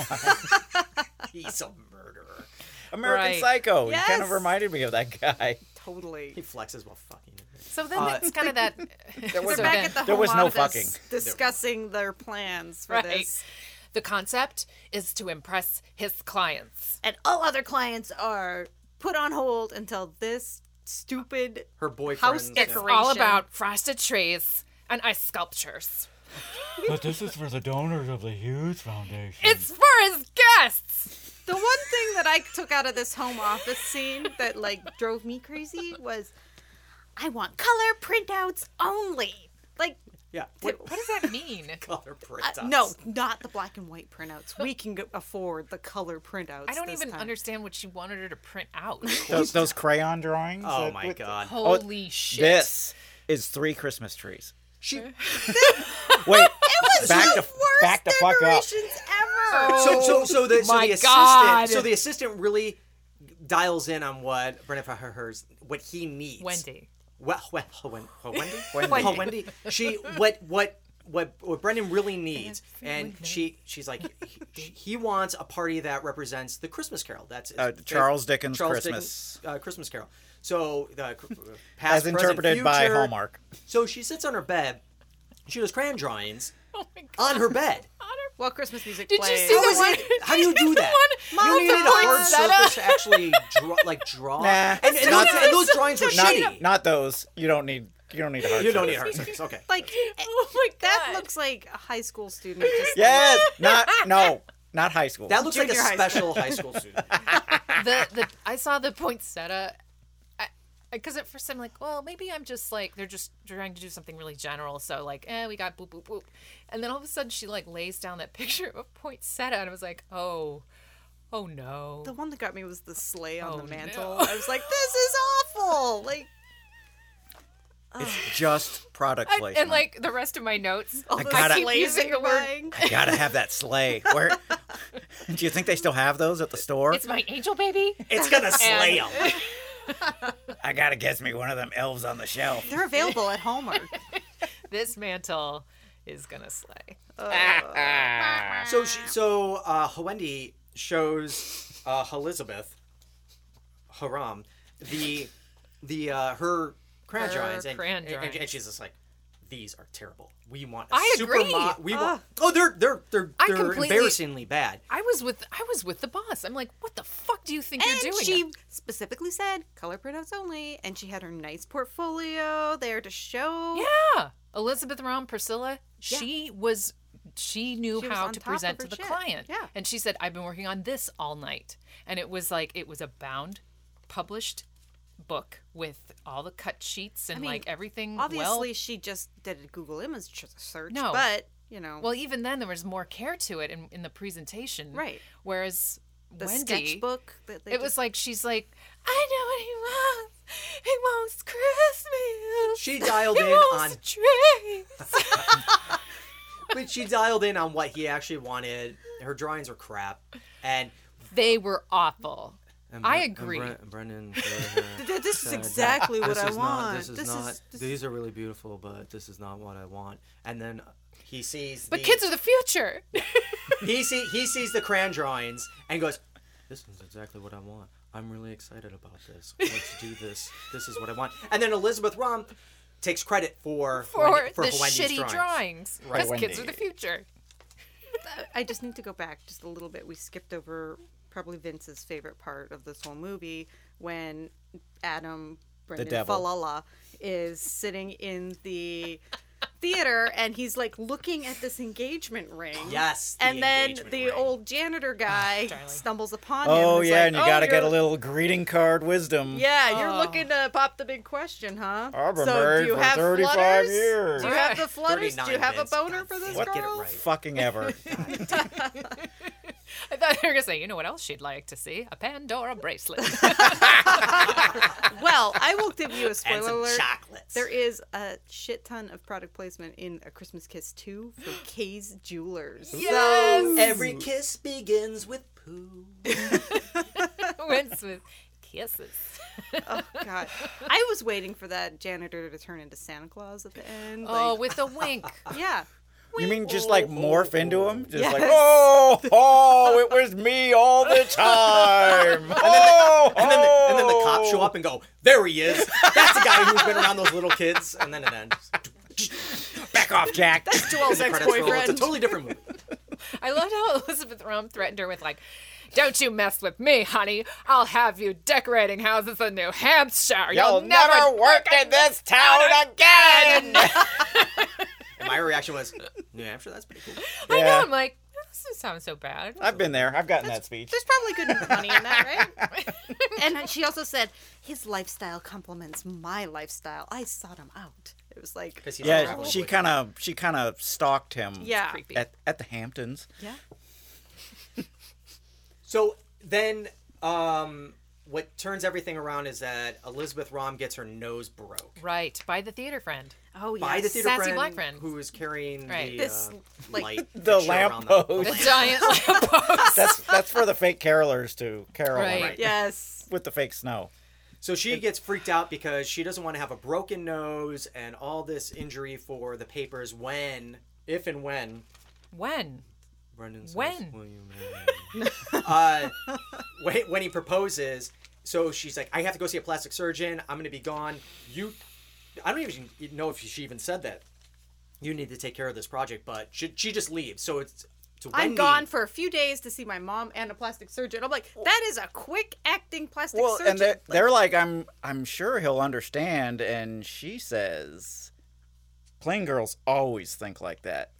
he's a murderer. American Right. Psycho. He kind Yes. of reminded me of that guy. totally. He flexes while fucking. So then Uh, it's kind of that. There They're so back then- at the There home was no office fucking. discussing their plans for Right. this. The concept is to impress his clients. And all other clients are put on hold until this stupid Her boyfriend. house It's decoration. all about frosted trees and ice sculptures. But this is for the donors of the Hughes Foundation. It's for his guests. The one thing that I took out of this home office scene that like drove me crazy was I want color printouts only. Like Yeah. t- What What does that mean? color uh, printouts? no, not the black and white printouts. We can go- afford the color printouts. I don't this even time. understand what she wanted her to print out. Those, those crayon drawings. Oh that- my with- god. Holy shit. This is three Christmas trees. She. Wait, This is back the to back the worst fuck up. decorations ever. So so so the, so Oh, my the God. assistant. So the assistant really dials in on what Brenna Faher's what he needs. Wendy. Well, well, oh, Wen- oh, Wendy, Wendy, oh, Wendy. She what what what what Brendan really needs, and she she's like he, he wants a party that represents the Christmas Carol. That's Uh, Charles Dickens' Dickens, Christmas. uh, Christmas Carol. So the uh, past, As present, interpreted by future. Hallmark. So she sits on her bed. She does crayon drawings on her bed. Well, Christmas music Did you plays. see How the Oh, is one? it- How do you do that? one- you Mom, needed the a point hard setup. surface to actually draw, like draw. Nah. and, and Not- those, and those drawings were Not, shitty. not those. You don't need. You don't need a hard. you don't need a surface. hard surface. Okay. Like Oh my god. that looks like a high school student. Just Yes. Not. No. Not high school. That looks like a Junior high special high school student. the, the I saw the poinsettia. Because at first I'm like, well, maybe I'm just like they're just trying to do something really general. So like, eh, we got boop boop boop, and then all of a sudden she like lays down that picture of a poinsettia, and I was like, oh, oh no. The one that got me was the sleigh on Oh, the mantle. no. I was like, this is awful. Like it's just product And- placement. and like the rest of Oh my notes, all I the gotta- sleighs using that the you're word- buying. I gotta have that sleigh. Where? do you think they still have those at the store? it's my angel baby. It's gonna slay him. I gotta guess me one of them elves on the shelf. They're available at Hallmark. this mantle is gonna slay. So she, so uh, Wendy shows uh, Elizabeth Haram the the uh, her crayon Her drawings, and, crayon and- and- drawings. and she's just like, these are terrible. We want a I super agree. mo- We want oh they're they're they're I they're completely- embarrassingly bad. I was with I was with the boss. I'm like, what the fuck do you think you're and doing? she specifically said color printouts only, and she had her nice portfolio there to show. yeah, Elizabeth Rom Priscilla. She was she knew She was how on to top of present her to the shit. client. Yeah. and she said, I've been working on this all night, and it was like it was a bound, published book with all the cut sheets and I mean, like everything. well- Obviously, she just did a Google image tr- search. no, but you know, Well, even then there was more care to it in, in the presentation, Right. Whereas The Wendy, sketchbook that they it was just- like she's like, I know what he wants. He wants Christmas. She dialed He in wants on- trees." but she dialed in on what he actually wanted. Her drawings were crap, and They were awful. And I Bre- and agree. Bre- Brendan. uh, Th- this is said, exactly what "This I is not- this want. is This not. is- this these are really beautiful, but this is not what I want. And then uh, he sees. But the, kids are the future. he see he sees the crayon drawings and goes, "This is exactly what I want. I'm really excited about this. Let's do this. This is what I want." And then Elizabeth Rom takes credit for for Wendy- for the Wendy's shitty drawings. Right, Because kids are Wendy. the future. I just need to go back just a little bit. We skipped over probably Vince's favorite part of this whole movie when Adam Brendan devil. Falala is sitting in the theater and he's like looking at this engagement ring. Yes, the and then engagement the old janitor guy stumbles upon him. Oh and is yeah, like, and you "Oh, gotta get a you're- little greeting card wisdom. Yeah, you're Oh. looking to pop the big question, huh? I've been so married do you for have 35 flutters? years. Do you have the flutters? Do you 39 have Vince, a boner for this What girl? fucking ever? I thought they were gonna say, you know what else she'd like to see? A Pandora bracelet. well, I will give you a And spoiler some alert. chocolates. There is a shit ton of product placement in A Christmas Kiss 2 for Kay's Jewelers. Yes! So Every kiss begins with poo. Wins with kisses. oh god. I was waiting for that janitor to turn into Santa Claus at the end. Oh, like- with a wink. Yeah. You mean just like morph into him? Just like, Yes. oh, oh, it was me all the time. Oh, And then, the, and then the cops show up and go, "There he is. That's the guy who's been around those little kids." And then it ends. Back off, Jack. That's Joel's It's a ex-boyfriend. totally different movie. I loved how Elizabeth Rome threatened her with like, "Don't you mess with me, honey? I'll have you decorating houses in New Hampshire. You'll, You'll never work in this town again." And my reaction was, "New Hampshire, that's pretty cool." I know. I'm like, this doesn't sound so bad. I've been there. I've gotten that speech. There's probably good money in that, right? and she also said, his lifestyle complements my lifestyle. I sought him out. It was like Yeah, she kind of she kind of stalked him. Yeah. It's creepy. At, at the Hamptons. Yeah. So then, um, what turns everything around is that Elizabeth Rom gets her nose broke Right by the theater friend. Oh by the theater sassy friend, black friend. who is carrying Right. the This, uh, like- light The that showed around lamppost. the- giant lamppost. that's that's for the fake carolers to carol. on Right. it. Yes. With the fake snow. So she gets freaked out because she doesn't want to have a broken nose and all this injury for the papers when, if and when, When? Brendan says, When? "Will you marry me?" uh, when, when he proposes, so she's like, I have to go see a plastic surgeon. I'm going to be gone. You, I don't even know if she even said that. You need to take care of this project, but she, she just leaves. So it's to Wendy. I'm gone for a few days to see my mom and a plastic surgeon. I'm like, that is a quick acting plastic Well, surgeon. and they're, they're like, I'm I'm sure he'll understand, and she says, "Plain girls always think like that."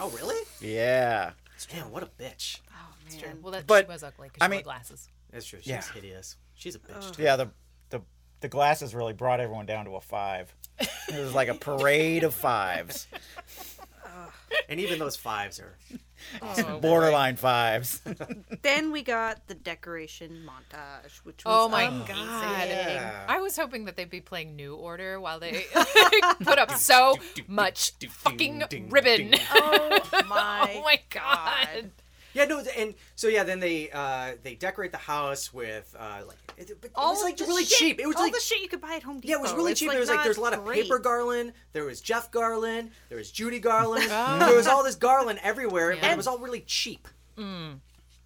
Oh, really? Yeah. Damn, what a bitch. It's true. Well, that But, she was ugly I because she mean- wore glasses. That's true. She's Yeah. hideous. She's a bitch. too. Yeah. The the the glasses really brought everyone down to a five. It was like a parade of fives, And even those fives are. Oh, borderline fives. then we got the decoration montage, which was Oh my amazing. god! I was hoping that they'd be playing New Order while they put up so much fucking ribbon. Oh my! oh my god! Yeah, no, and so yeah, then they uh they decorate the house with uh like it, but it was like the really shit- cheap. It was all like the shit you could buy at Home Depot. yeah, it was really It's, cheap. there was like not there's a lot of great. paper garland. There was Jeff Garland. There was Judy Garland. Oh. There was all this garland everywhere, and it was all really cheap. Mm.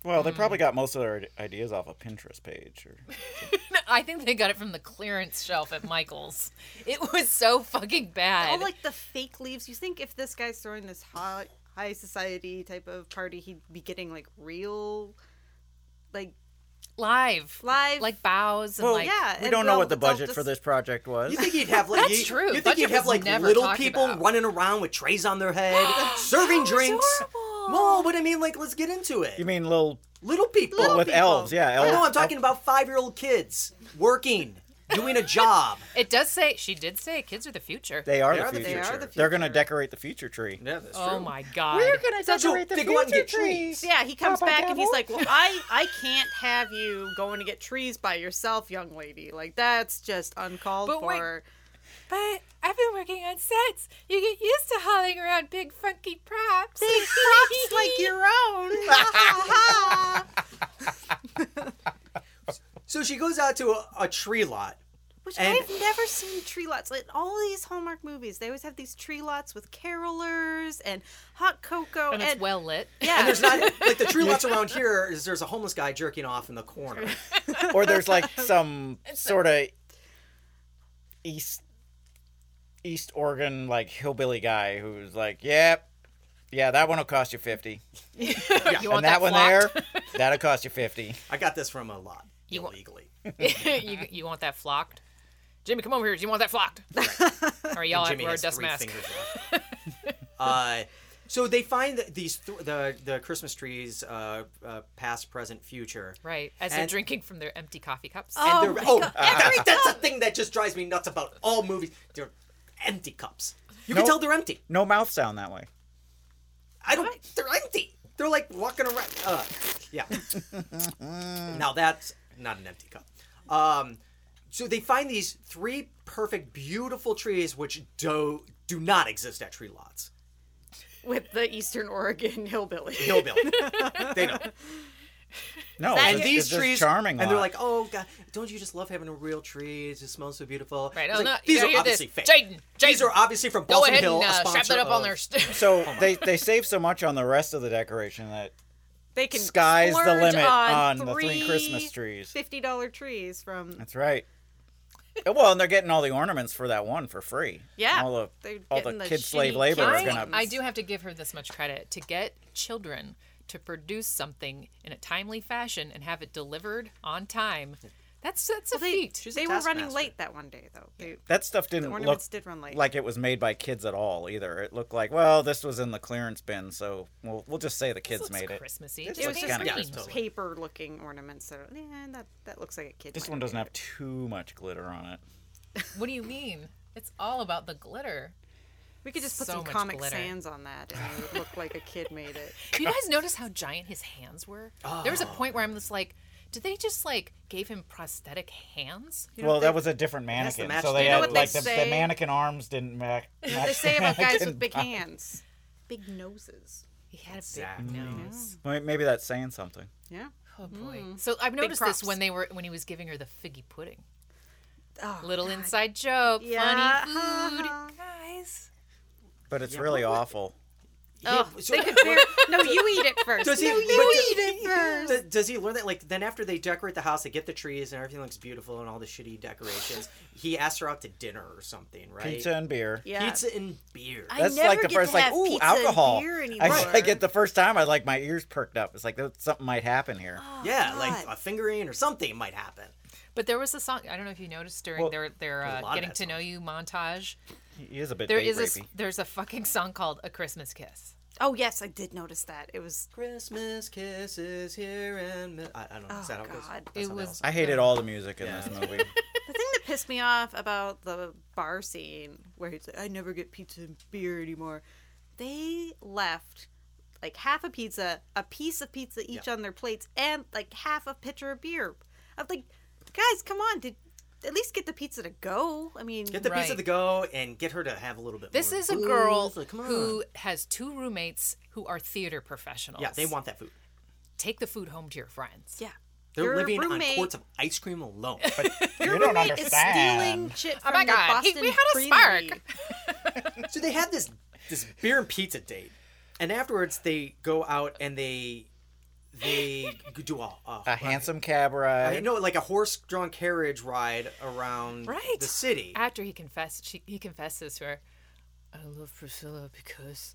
Well, they probably got most of their ideas off a Pinterest page. Or... I think they got it from the clearance shelf at Michael's. It was so fucking Oh All bad. like the fake leaves. You think if this guy's throwing this high high society type of party, he'd be getting like real, like live, live, like bows and like yeah. we Uh, and don't know they'll- what the they'll budget for just- this project was. You think you'd have like That's you, true. You think Budget you'd have was like never little talked people about. running around with trays on their head, serving drinks. No, but I mean, like, let's get into it. You mean little little people with elves? Yeah, I know. elves. I'm talking about five year old kids working. doing a job. It does say she did say kids are the future. They are, They the, are the future. future. They are the They're gonna decorate the future tree. Yeah, that's Oh my god. We're gonna decorate the they go out and future get tree. trees. Yeah, he comes Papa back and he's Devil. like, "Well, I I can't have you going to get trees by yourself, young lady. Like that's just uncalled But wait- for." But I've been working on sets. You get used to hauling around big funky props. Big props like your own. So she goes out to a, a tree lot. Which And- I've never seen tree lots. Like all these Hallmark movies, they always have these tree lots with carolers and hot cocoa and it's well lit. yeah, And there's not like the tree lots around here is there's a homeless guy jerking off in the corner. or there's like some sort of east East Oregon like hillbilly guy who's like, "Yep, yeah, that one will cost you fifty, You and want that, that, one flocked? there, that'll cost you fifty. I got this from a lot You want- illegally. you, you want that flocked? Jimmy, come over here. You want that flocked? All right, y'all have to Jimmy wear a has dust three mask. fingers left. uh, so they find that these th- the the Christmas trees, uh, uh, past, present, future. Right, as they're And- drinking from their empty coffee cups. Oh, and they're, oh that- that's the thing that just drives me nuts about all movies. They're empty cups. You Nope. can tell they're empty. No mouth sound that way. I don't. They're empty. They're like walking around. Uh, yeah. now that's not an empty cup. Um, so they find these three perfect, beautiful trees which do do not exist at tree lots. with the Eastern Oregon hillbilly. No, Bill. they don't. No, and it's- these it's this trees charming, and they're lot. like oh god don't you just love having a real tree it just smells so beautiful Right, It's oh, like, no, you these gotta are hear obviously this. fake Jaden, these Jaden, are obviously from Go Balsam ahead Hill and a uh, strap sponsor that up on of- their st- so they they save so much on the rest of the decoration that They can Sky's the splurge limit on on, the three Christmas trees. Fifty dollar trees from that's right. And, well, and they're getting all the ornaments for that one for free. Yeah, all they're the all the getting the kid slave shitty labor are kids' gonna ones. I do have to give her this much credit to get children to produce something in a timely fashion and have it delivered on time. That's that's a they, feat. they were running taskmaster. late that one day though. They, That stuff didn't look ornaments did run late. like it was made by kids at all either. It looked like, well, this was in the clearance bin, so we'll we'll just say the kids looks made it. Christmassy. This It it was looks just kinda green. Christmassy. totally. paper looking ornaments. So yeah, that that looks like a kid. This might one have doesn't made have too much glitter on it. What do you mean? It's all about the glitter. it. We could just put so some much Comic glitter. Sans on that, and it would look like a kid made it. Do you guys notice how giant his hands were? There Oh. was a point where I'm just like, did they just like gave him prosthetic hands? well, that was a different has to mannequin, match so the- they You know had what they like the, the say? mannequin arms didn't ma- match. What they say the about guys mannequin with big body. hands, big noses. He had a big Exactly. nose. May- Maybe that's saying something. Yeah. Oh boy. So I've noticed props. this when they were when he was giving her the figgy pudding. Little inside joke, Yeah. funny food, guys. But it's really awful. Oh, Yeah, so- No, you eat it first. does he, no, but you do- eat it first. does- does he learn that like then after they decorate the house they get the trees and everything looks beautiful and all the shitty decorations he asks her out to dinner or something right Pizza and beer. Yeah. pizza and beer That's like the first, like, ooh, alcohol. I, I get the first time, I like my ears perked up. It's like "Oh, something might happen here. yeah like a fingering or something might happen But there was a song. I don't know if you noticed during Well, their their there's a uh, lot of getting that to know you montage. He is a bit There date is a s- rapey. there's a fucking song called "A Christmas Kiss." Oh yes, I did notice that. It was. christmas kisses here and mi- I, I don't know is Oh, that how it goes God. That's It how that was- goes. I hated all the music in this movie. The thing that pissed me off about the bar scene where he's like, I never get pizza and beer anymore. They left like half a pizza, a piece of pizza each on their plates, and like half a pitcher of beer. I was like, guys, come on, did at least get the pizza to go. I mean, get the pizza Right. to go and get her to have a little bit This more is a food. girl Like, come on. who has two roommates who are theater professionals. yeah they want that food take the food home to your friends. yeah. they're Your living on roommate- quarts of ice cream alone you don't It's stealing shit from Oh my the God, he- Boston we had a Creamery. spark. So they have this this beer and pizza date, and afterwards they go out and they they do a, a, A handsome cab ride. I know like a horse drawn carriage ride around Right. the city. After he confessed, she, he confesses to her, "I love Priscilla because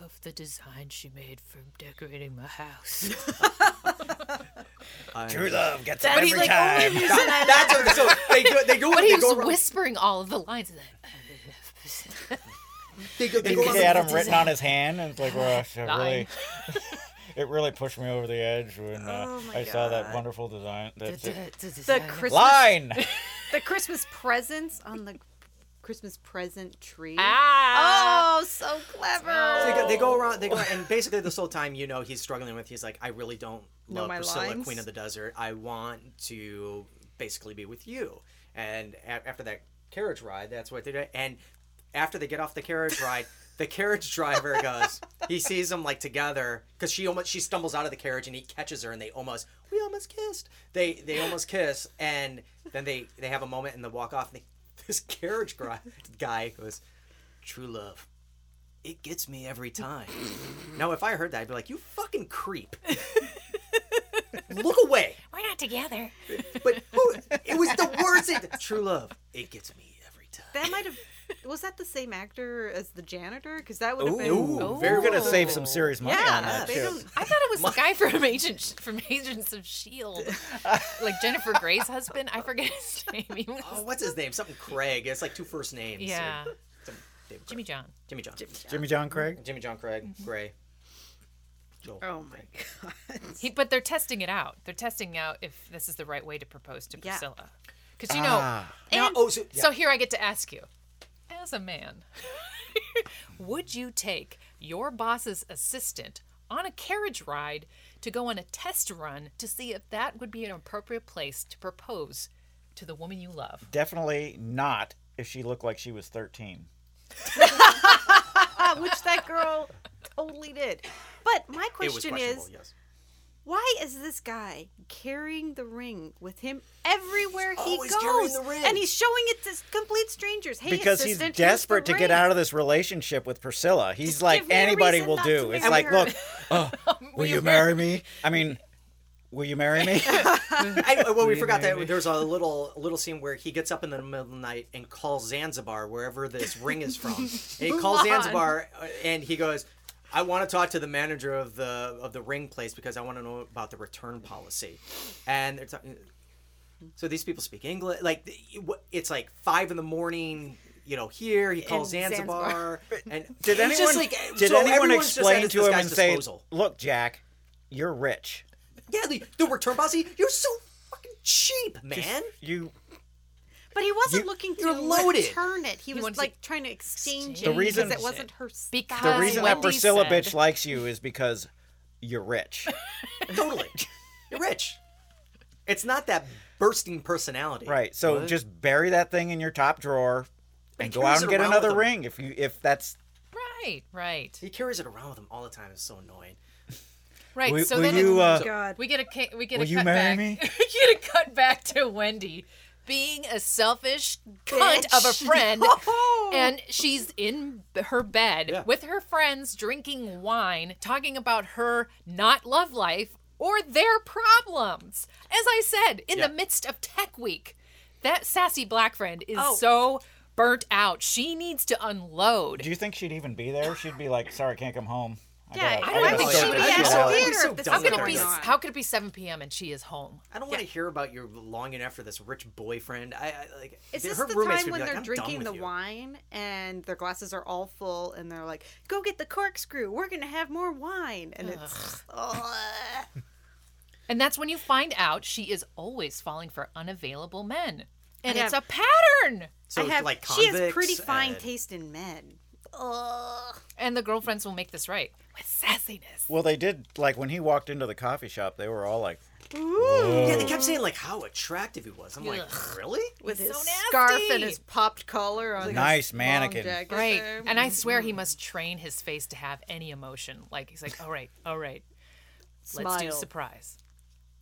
of the design she made from decorating my house." True love gets it But he's every like, time. "Only reason I That's what, so they go they go but they he go was around, whispering all of the lines. Like, "I love Priscilla." they go they He go around the- had him written on his hand, and it's like, well, it really, Dying. it really pushed me over the Oh edge when uh, I saw that wonderful design. That's it. The design The of- Christmas Line. the Christmas presents on the Christmas present tree. Ah. Oh, so clever. So they, go, they go around, they go, and basically this whole time, you know, he's struggling with. He's like, I really don't Know love my Priscilla, lines? Queen of the Desert. I want to basically be with you. And a- after that carriage ride, that's what they do. And after they get off the carriage ride, the carriage driver goes. He sees them like together because she almost she stumbles out of the carriage and he catches her and they almost we almost kissed. They they almost kiss and then they they have a moment and they walk off. And they, this carriage gri- guy goes, "True love." it gets me every time. now, if I heard that, I'd be like, you fucking creep. Look away. We're not together. But who, it was the worst. It, true love. It gets me. That might have. Was that the same actor as the janitor? Because that would have Ooh, been. we're gonna save some serious money Yeah, on that they too. don't- I thought it was the guy from Agent from Agents of Shield, E like Jennifer Grey's husband. I forget his name. He was- Oh, what's his name? Something Craig. It's like two first names. Yeah. Some- David Jimmy John. Jimmy John. Jimmy Jimmy John Craig. Jimmy John Craig. Gray. Joel. Oh my He, but they're testing it out. They're testing out if this is the right way to propose to Yeah. Priscilla. Because you know, Ah. Now- and- oh, so- yeah. here I get to ask you, as a man, would you take your boss's assistant on a carriage ride to go on a test run to see if that would be an appropriate place to propose to the woman you love? Definitely not if she looked like she was 13. Ah, which that girl totally did. But my question is, why is this guy carrying the ring with him everywhere he always goes? carrying the ring. And he's showing it to complete strangers. Hey, because he's assistant, desperate to get out of this relationship with Priscilla. He's like give me a anybody reason will not do. to It's marry like, her. look, oh, will you marry me? I mean, will you marry me? I, well, we forgot that there's a little little scene where he gets up in the middle of the night and calls Zanzibar, wherever this ring is from. And he calls Mulan. Zanzibar uh, and he goes, "I want to talk to the manager of the of the ring place because I want to know about the return policy." And they're talking. So these people speak English. Like it- it's like five in the morning. You know, here he calls Zanzibar, Zanzibar. and Did it's anyone, just like, uh, did so anyone everyone's just at explain this to him guy's and say, disposal. look, Jack, you're rich. "Yeah, the, the return policy. You're so fucking cheap, man." Just- you But he wasn't You- looking to You're loaded. return it. He, was wanted to like trying to exchange The it reason- because it wasn't her Because the reason that Wendy Priscilla said- bitch likes you is because you're rich. totally. You're rich. It's not that bursting personality. Right. So What? just bury that thing in your top drawer and go carries out and it get around another with him. ring if you if that's Right, right, He carries it around with him all the time. It's so annoying. right. Will- so will then you, Oh uh, we get a ca- we get will a you cut marry back. me? we get a cut back to Wendy being a selfish cunt of a Bitch. friend, and she's in b- her bed with her friends drinking wine, talking about her not love life or their problems. As I said, in the midst of Tech Week, that sassy black friend is Oh. so burnt out. She needs to unload. Do you think she'd even be there? She'd be like, "Sorry, I can't come home." Yeah, gotta- I don't gotta think stay she out." would I have feel actually so- been I there. feel This so how could it dumb be? right now. How could it be 7 p.m. and she is home? I don't want to hear about your longing after this rich boyfriend. I, I like. Is th- this her the roommates time when would be like, they're "I'm done drinking with the you." wine and their glasses are all full and they're like, "Go get the corkscrew. We're gonna have more wine." And it's And that's when you find out she is always falling for unavailable men. And I it's a have- pattern. So, I have, like, she has pretty convicts fine and- taste in men. And the girlfriends will make this right with sassiness. Well, they did. Like when he walked into the coffee shop, they were all like, Yeah, they kept saying like how attractive he was. I'm like, Ugh. really? With his so scarf and nasty. his popped collar on. his Nice long mannequin. jacket Right. there. And I swear he must train his face to have any emotion. Like, he's like, all right, all right. Let's do Smile. surprise.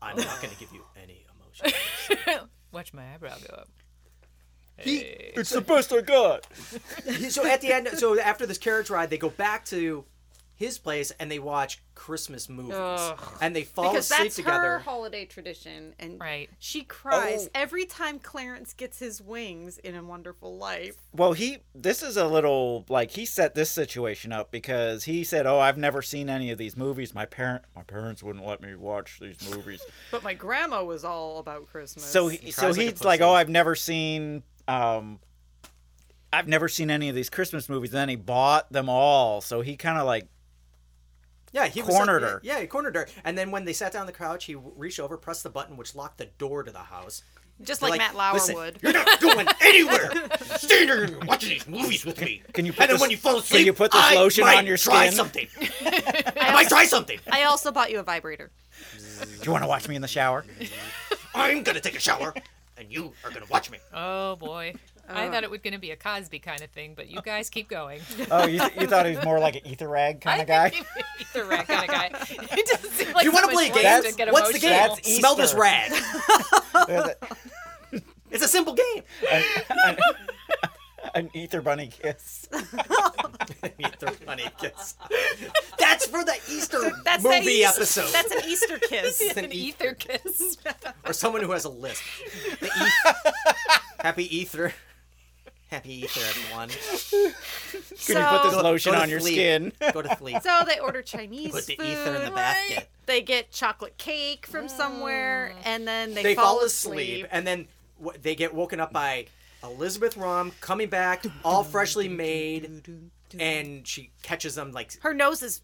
I'm not going to give you any emotion. Watch my eyebrow go up. Hey. "It's the best I got." so at the end, so after this carriage ride, they go back to his place and they watch Christmas movies Ugh. and they fall because asleep that's her together. holiday tradition, and Right. she cries Oh. every time Clarence gets his wings in A Wonderful Life. Well, he this is a little like he set this situation up because he said, "Oh, I've never seen any of these movies. My parent my parents wouldn't let me watch these movies." But my grandma was all about Christmas. so he, so he's like, "Oh, I've never seen um I've never seen any of these Christmas movies." And then he bought them all. So he kind of like Yeah, he was cornered like- her. Yeah, he cornered her. And then when they sat down on the couch, he reached over, pressed the button, which locked the door to the house. Just They're like Matt Lauer "Listen, would." You're not going anywhere. Stay there and watch these movies with me. Can you put and then this- when you fall can asleep, you put this I lotion might on your try skin?" something. I might try something. I also bought you a vibrator. Do you want to watch me in the shower? I'm gonna take a shower, and you are gonna watch me. Oh boy. I thought it was going to be a Cosby kind of thing, but you guys keep going. Oh, you, th- you thought he was more like an ether rag kind of guy? the rat kind of guy. It doesn't seem like you want to someone play a wants game? to get What's the game? emotional. That's Smell this Easter. rag. There's a- It's a simple game. an ether bunny kiss. Ether bunny kiss. That's for the Easter That's that movie Eas- episode. That's an Easter kiss. an An ether kiss. or someone who has a lisp. The eth- happy Ether. Happy Ether, everyone. Can you put So, this lotion to on your sleep. skin? Go to sleep. so they order Chinese Put the food. ether in the basket. They get chocolate cake from somewhere, and then they, They fall asleep, and then w- they get woken up by Elizabeth Rom coming back, all freshly made, and she catches them like Her nose is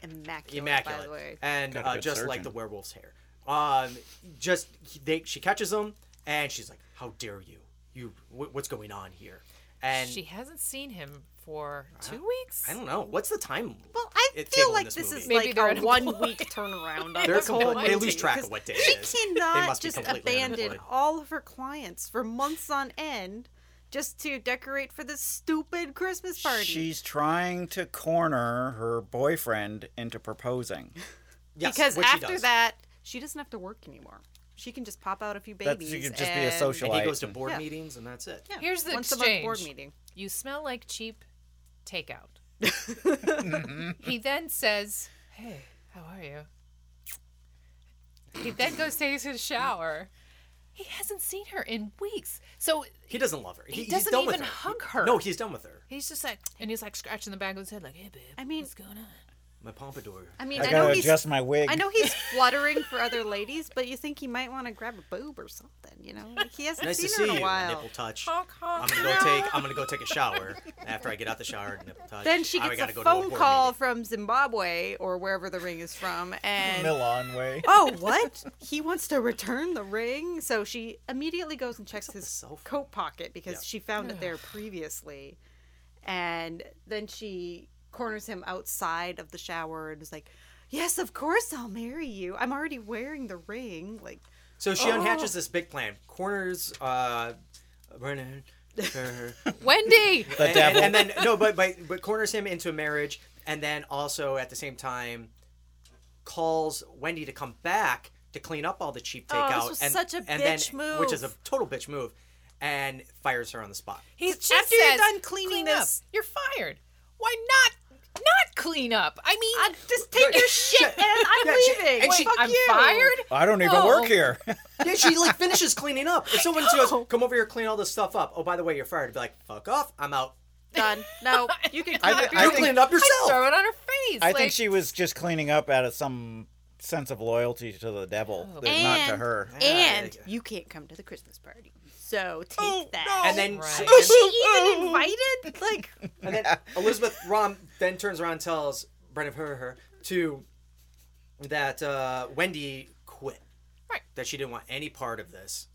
immaculate, immaculate, by the way. and Got a uh, good just like surgeon. the werewolf's hair. Um, just he- they, she catches them, and she's like, "How dare you? You, wh- what's going on here?" And She hasn't seen him for two weeks. I don't know. What's the time? Well, I it- feel table in like this this, movie? is Maybe like they're a unemployed. one week turnaround. On They're this whole completely. They movie, lose track 'cause of what day She it is. they cannot must be just completely abandon unemployed. all of her clients for months on end just to decorate for this stupid Christmas party. She's trying to corner her boyfriend into proposing. Yes, because which he after does. that, she doesn't have to work anymore. She can just pop out a few That babies. she could just and, be a social- and he goes to Right. board Yeah. meetings, and that's it. Yeah, Here's the once a month board exchange. meeting. You smell like cheap takeout. Mm-hmm. he then says, Hey, how are you? He then goes takes a shower. He hasn't seen her in weeks. So He doesn't love her. He, he's doesn't done with even her. hug her. No, he's done with her. he's just like, and he's like scratching the back of his head, like, Hey, babe. I mean- what's going on? My pompadour. I mean, I I, gotta know he's adjust my wig. I know he's fluttering for other ladies, but you think he might want to grab a boob or something, you know? Like he hasn't Nice seen to see her in you. a while. Nipple touch. Honk, honk. I'm gonna go take. I'm gonna go take a shower. After I get out the shower, nipple touch. Then she I gets gotta a go to phone board call meeting. from Zimbabwe or wherever the ring is from, and Milan way. oh, what? He wants to return the ring, so she immediately goes and checks his cell phone? coat pocket because Yeah. she found it there previously, and then she corners him outside of the shower and is like, "Yes, of course I'll marry you. I'm already wearing the ring." Like, So Oh. she unhatches this big plan. Corners. Uh, Brennan. her- Wendy! The and, devil. and then no, but, but but corners him into a marriage, and then also at the same time calls Wendy to come back to clean up all the cheap Oh, takeout. this was and, such a and then, bitch which is a move. total bitch move, and fires her on the spot. He After just you're says, done cleaning "Clean this- up. you're fired. Why not? Not clean up. I mean, I Uh, just take your shit and I'm Yeah, she- leaving. and she- Fuck I'm you. fired. I don't even Oh. work here. Yeah, she like finishes cleaning up. If someone goes, "Come over here, clean all this stuff up." Oh, by the way, you're fired. I'd be like, "Fuck off, I'm out." Done. No, you can I clean up thi- your I You think- cleaned up I'd yourself. throw it on her face. I like, think she was just cleaning up out of some sense of loyalty to the devil, that- not to Ah, her. And you can't come to the Christmas party. So take Oh, that. And then, Right. Is she Oh. even invited? Like, and then Elizabeth Rom then turns around and tells Brennan her, her to that uh, Wendy quit. Right. That she didn't want any part of this,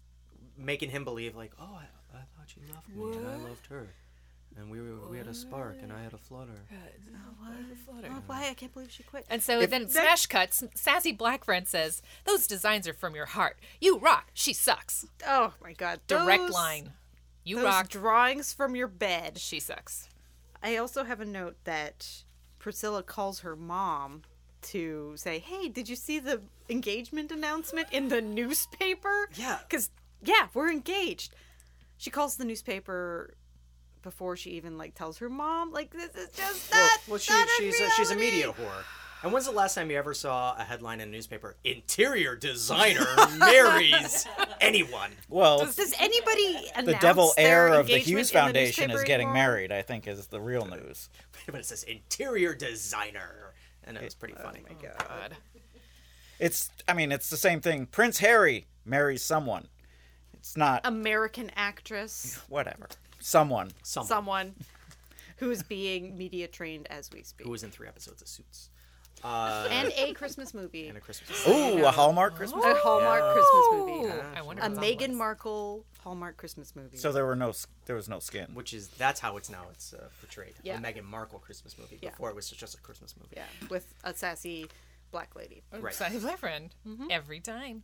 making him believe like, oh, I, I thought you loved me and I loved her, and we were, we had a spark and I had a flutter. oh, why? I can't believe she quit. And so then smash cuts. Sassy Black Friend says, "Those designs are from your heart. You rock. She sucks. oh my god. Direct those- line. You Those rock. drawings from your bed. she sucks. I also have a note that Priscilla calls her mom to say, "Hey, did you see the engagement announcement in the newspaper?" Yeah. Cuz yeah, we're engaged. She calls the newspaper before she even like tells her mom like this is just Well, not well, she, not a she's a, she's a reality. media whore. And when's the last time you ever saw a headline in a newspaper? Interior designer marries anyone. Well, Does anybody the announce devil their heir of the engagement Hughes in Foundation is newspaper getting anymore? married, I think, is the real news. But it says interior designer, and it was pretty funny. God. It's, I mean, it's the same thing. Prince Harry marries someone. It's not, Um, American actress, whatever. Someone. Someone someone who is being media trained as we speak. who was in three episodes of Suits. Uh, and a Christmas movie. And a Christmas movie. Ooh, a Hallmark Christmas A movie? Hallmark Yeah. Christmas movie. I wonder a if it's on Meghan Markle Hallmark Christmas movie. So there were no s- there was no skin, which is that's how it's now it's uh, portrayed. Yeah. A Meghan Markle Christmas movie. Yeah. Before it was just a Christmas movie. Yeah, with a sassy black lady. Right. Besides my friend, Mm-hmm. every time.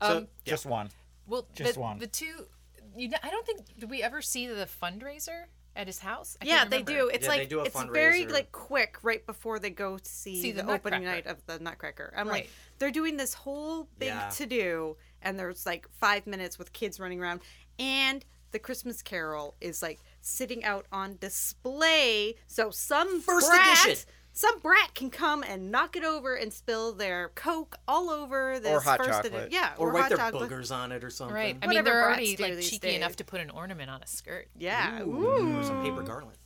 So, Um, just one. Well, just the, one. The two, you know, I don't think did we ever see the fundraiser at his house? I yeah, can't they remember. do. It's like it's very like quick right before they go see, See the, the opening night Nutcracker. of the Nutcracker. I'm like, Right. they're doing this whole big Yeah. to do, and there's like five minutes with kids running around, and the Christmas Carol is like sitting out on display, so some First brat, edition. Some brat can come and knock it over and spill their coke all over this or hot first chocolate. edi- yeah, Or, wipe hot their chocolate. boogers on it or something. Right. I mean, Whatever they're brats already do like these cheeky days. enough to put an ornament on a skirt. Yeah. Or some paper garland.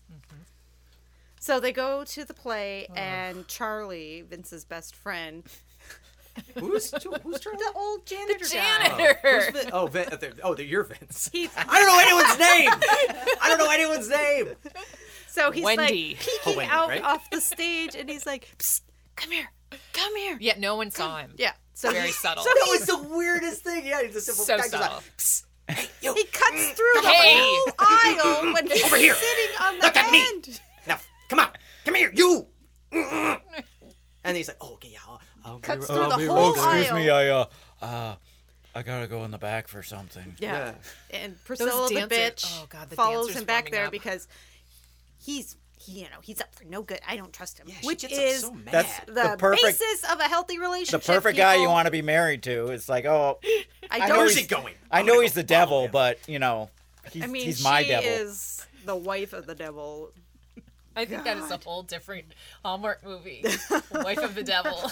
So they go to the play, and Charlie, Vince's best friend, who's who's Charlie? The old janitor. Oh, Guy. who's Vin- oh, Vin- uh, they're- oh, they're your Vince. He's- I don't know anyone's name. I don't know anyone's name. So he's Wendy. like peeking Oh, Wendy, out right? off the stage, and he's like, Psst, "Come here, come here." Yeah, no one saw him. Yeah. So very he's- subtle. So No, it's the weirdest thing. Yeah, he's a simple So guy. who's subtle. Like, "Psst, he cuts through the Hey. whole aisle when he's Over here. sitting on the Look at me. end. now, come on, come here, you. and he's like, oh, okay, yeah. I'll, I'll Oh, be Oh, Cuts ri- through I'll the be whole right aisle. back." Excuse me, I uh, uh, I gotta go in the back for something. Yeah. And Priscilla the dancers- bitch oh, God, the follows dancers him back warming there up. because he's he, you know he's up for no good. I don't trust him. she which gets up is so mad. That's the, the perfect- basis of a healthy the relationship. perfect guy you people. want to be married to. It's like, oh, I know don't. he's- going? Oh, I know he's the devil, but you know, he's, I mean, he's my she devil. is the wife of the devil. I think that is a whole different Hallmark movie. Wife of the Devil.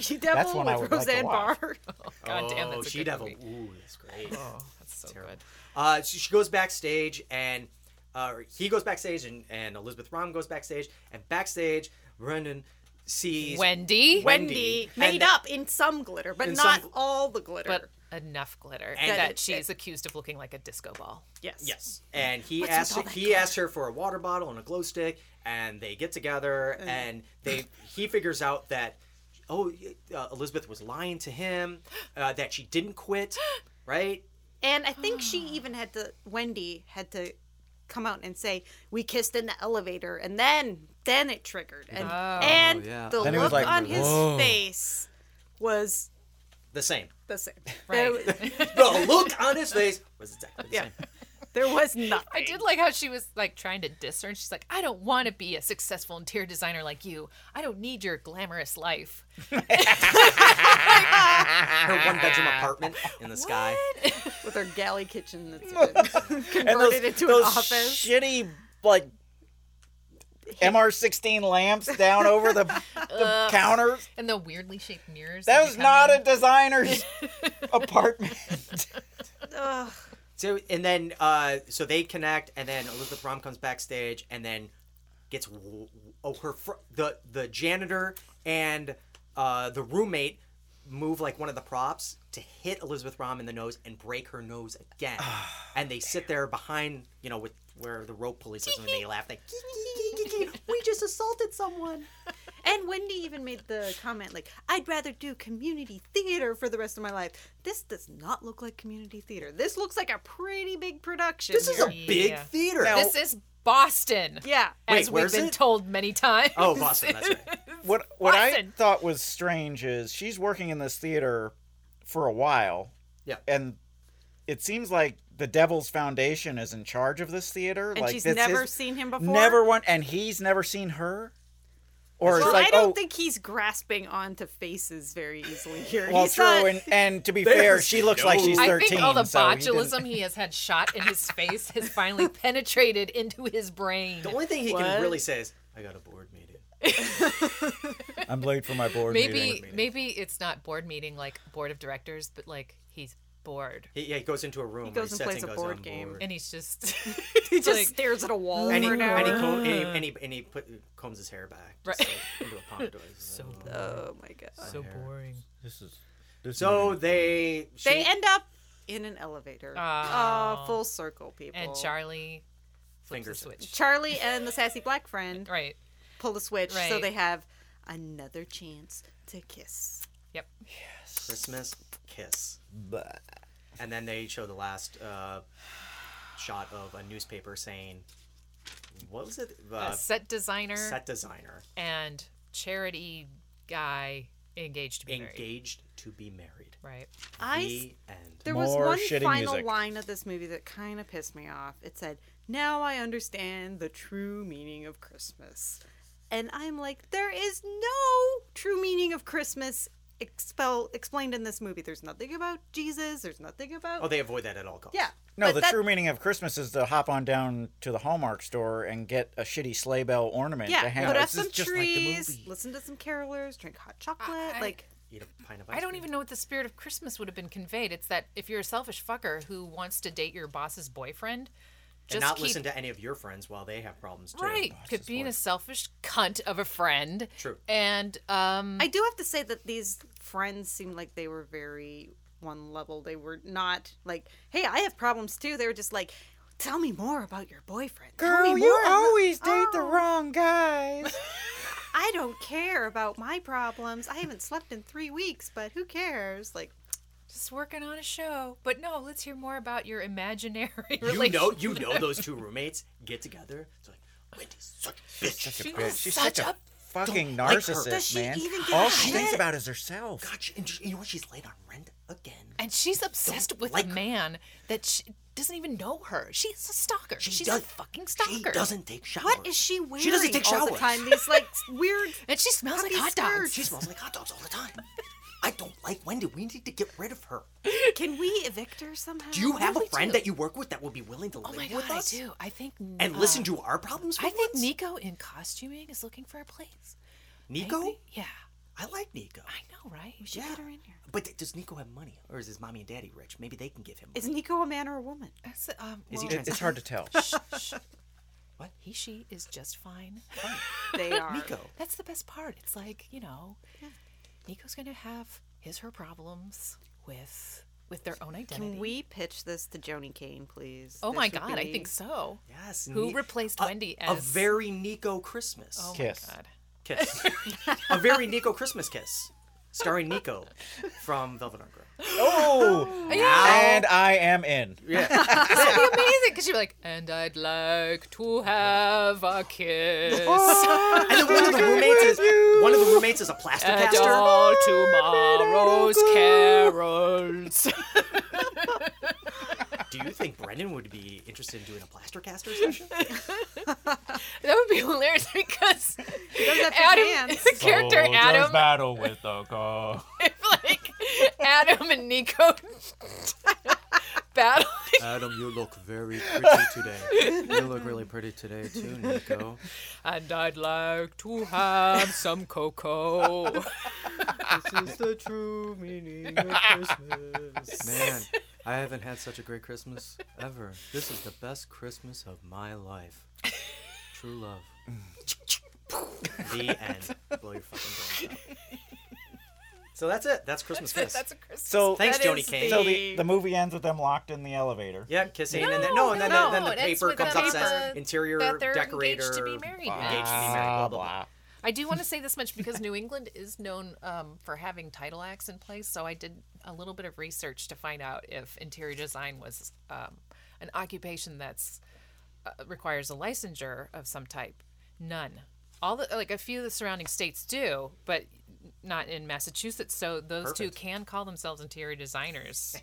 She devil one I with would like to Roseanne watch. Barr. God damn, Oh, that's a she good devil. movie. Ooh, that's great. Oh, that's so good. Uh, she, she goes backstage, and uh, he goes backstage, and, and Elizabeth Rom goes backstage, and backstage, Brendan sees Wendy, Wendy, made and- up in some glitter, but In not some- all the glitter. but enough glitter And- that it- she's accused of looking like a disco ball. yes. Yes, and he What's with asked all that he asked her for a water bottle and a glow stick, and they get together, and they he figures out that oh uh, Elizabeth was lying to him, uh, that she didn't quit, right? And I think she even had to Wendy had to come out and say, We kissed in the elevator and then then it triggered. And and yeah. the Then he was look like, on his "Whoa." face was The same. the same. Right. There, The look on his face was exactly the Yeah. same. there was nothing. I did like how she was like trying to diss her, and she's like, "I don't want to be a successful interior designer like you. I don't need your glamorous life." Her one bedroom apartment in the sky. with her galley kitchen that's been converted and those, into those an office. shitty like MR16 lamps down over the, the counters. And the weirdly shaped mirrors. That they was come not in. a designer's apartment. Ugh. So and then uh, so they connect, and then Elizabeth Rom comes backstage, and then gets w- w- oh her fr- the the janitor and uh, the roommate move like one of the props to hit Elizabeth Rom in the nose and break her nose again, and they sit there behind you know with where the rope pulley system, and they laugh like we just assaulted someone. And Wendy even made the comment like, "I'd rather do community theater for the rest of my life. This does not look like community theater. This looks like a pretty big production. This is a here." big Yeah. theater. This is Boston. yeah. Wait, as we've where's been it? told many times. oh, Boston, that's right. what what I Watson. thought was strange is she's working in this theater for a while. Yeah. And it seems like the Devil's Foundation is in charge of this theater. And like she's that's never his- seen him before. Never one, and he's never seen her. Or it's Well, like, I don't oh, think he's grasping onto faces very easily here. well, he's true. not- And, and to be fair, she looks like she's I thirteen. think all the so he didn't- botulism he has had shot in his face has finally penetrated into his brain. The only thing he What? can really say is, "I got a board meeting." I'm late for my board Maybe meeting. maybe it's not board meeting like board of directors, but like he's bored He, yeah, he goes into a room. He goes and sits plays a goes, board "I'm game." bored." and he's just he just like- stares at a wall and he, for an hour. and he, comb, and he, and he, and he put, combs his hair back just Right. like, into a pond. so, oh my god. so boring. This is this so they she, They end up in an elevator. Oh, full circle, people. And Charlie flips Fingers the it. switch. Charlie and the sassy black friend Right. pull the switch, so Right. they have another chance to kiss. Yep. Christmas kiss. And then they show the last uh, shot of a newspaper saying, "What was it?" Uh, set designer. Set designer And charity guy engaged to be married. engaged to be married. Right. I s- The end. there was one final line of this movie that kind of pissed me off. It said, "Now I understand the true meaning of Christmas," and I'm like, "There is no true meaning of Christmas." Expel explained in this movie. There's nothing about Jesus. There's nothing about. Oh, they avoid that at all costs. Yeah. No, but the that- true meaning of Christmas is to hop on down to the Hallmark store and get a shitty sleigh bell ornament to hang Yeah, put up. up some trees, listen to some carolers, drink hot chocolate. I- like, Eat a pint of ice I don't even know what the spirit of Christmas would have been conveyed. It's that if you're a selfish fucker who wants to date your boss's boyfriend, just and not keep listen to any of your friends while they have problems too. right. Could being a selfish cunt of a friend. True. And um, I do have to say that these friends seemed like they were very one level. They were not like, "Hey, I have problems too." They were just like, "Tell me more about your boyfriend." Tell me more about-" date the wrong guys. I don't care about my problems. I haven't slept in three weeks, but who cares? Like, just working on a show. But no, let's hear more about your imaginary You relationship. know, you know those two roommates get together. It's like Wendy's such a bitch. Such a She bitch. is She's such such a, a- fucking Don't like her. narcissist, Does she man. even give All a she thinks shit? about is herself. Gotcha. And she- you know what? She's late on rent again. And she's obsessed with a man that she doesn't even know her. She's a stalker. she's does- a fucking stalker. She doesn't take showers. what is she wearing? She doesn't take all showers the time. These like weird. And she smells like puppy hot dogs. skirts. She smells like hot dogs all the time. I don't like Wendy. We need to get rid of her. Can we evict her somehow? Do you have do a we friend do? that you work with that would be willing to Oh live my god, with I us do. I think and uh, listen to our problems? I for think once? Nico in costuming is looking for a place. Nico. Maybe- Yeah, I like Nico. I know, right? We should Yeah. get her in here. But th- does Nico have money, or is his mommy and daddy rich? Maybe they can give him. Is money. Nico a man or a woman? That's, um, Is he well, It- it's hard to tell. What? He, she is just fine. They are. Nico? That's the best part. It's like you know, Nico's gonna have his her problems with with their own identity. Can we pitch this to Joni Kane, please? Oh This my would god, I be- think so. Yes. Who Ni- replaced a- Wendy a as very Nico Christmas Oh Kiss. my god. kiss? a very Nico Christmas kiss, starring Nico from Velvet Underground. Oh, and I am in. That'd be amazing because you'd be like, and I'd like to have a kiss. And then one of the roommates is one of the roommates is a And plasticaster. all tomorrow's carols. Do you think Brendan would be interested in doing a plastercaster session? That would be hilarious Does because that big Adam, hands. the character Oh, Soldier's Adam, Oh, battle with the cold. like Adam and Nico battle. Adam, you look very pretty today. You look really pretty today too, Nico. And I'd like to have some cocoa. This is the true meaning of Christmas. Man, I haven't had such a great Christmas ever. This is the best Christmas of my life. True love. Mm. the end. Blow your fucking brains out. So that's it. That's Christmas kiss. That's a Christmas. So Thanks, that Joni is Kane. So the, the movie ends with them locked in the elevator. yeah, kissing, and then no, and then, no, then the it's paper with the comes up says paper interior that they're decorator engaged to be married now. engaged to be married, blah, blah, blah. I do want to say this much because New England is known um, for having title acts in place. So I did a little bit of research to find out if interior design was um, an occupation that's uh, requires a licensure of some type. None. All the like a few of the surrounding states do, but not in Massachusetts. So those Perfect. two can call themselves interior designers.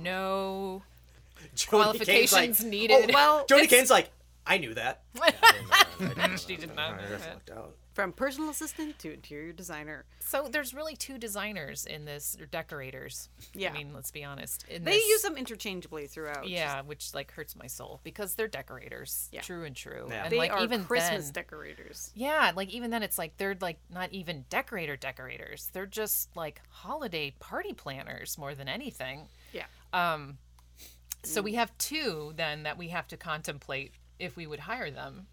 no Joni Kane's like, qualifications needed. Well, Oh, Joni Kane's like, I knew that. she did not know that. from personal assistant to interior designer. So there's really two designers in this, or decorators. Yeah. I mean, let's be honest. In They this- use them interchangeably throughout. Yeah, which like hurts my soul because they're decorators, Yeah. true and true. Yeah. And They like are even Christmas then, decorators. yeah, like even then, it's like they're like not even decorator decorators. They're just like holiday party planners more than anything. Yeah. So Mm. we have two then that we have to contemplate if we would hire them.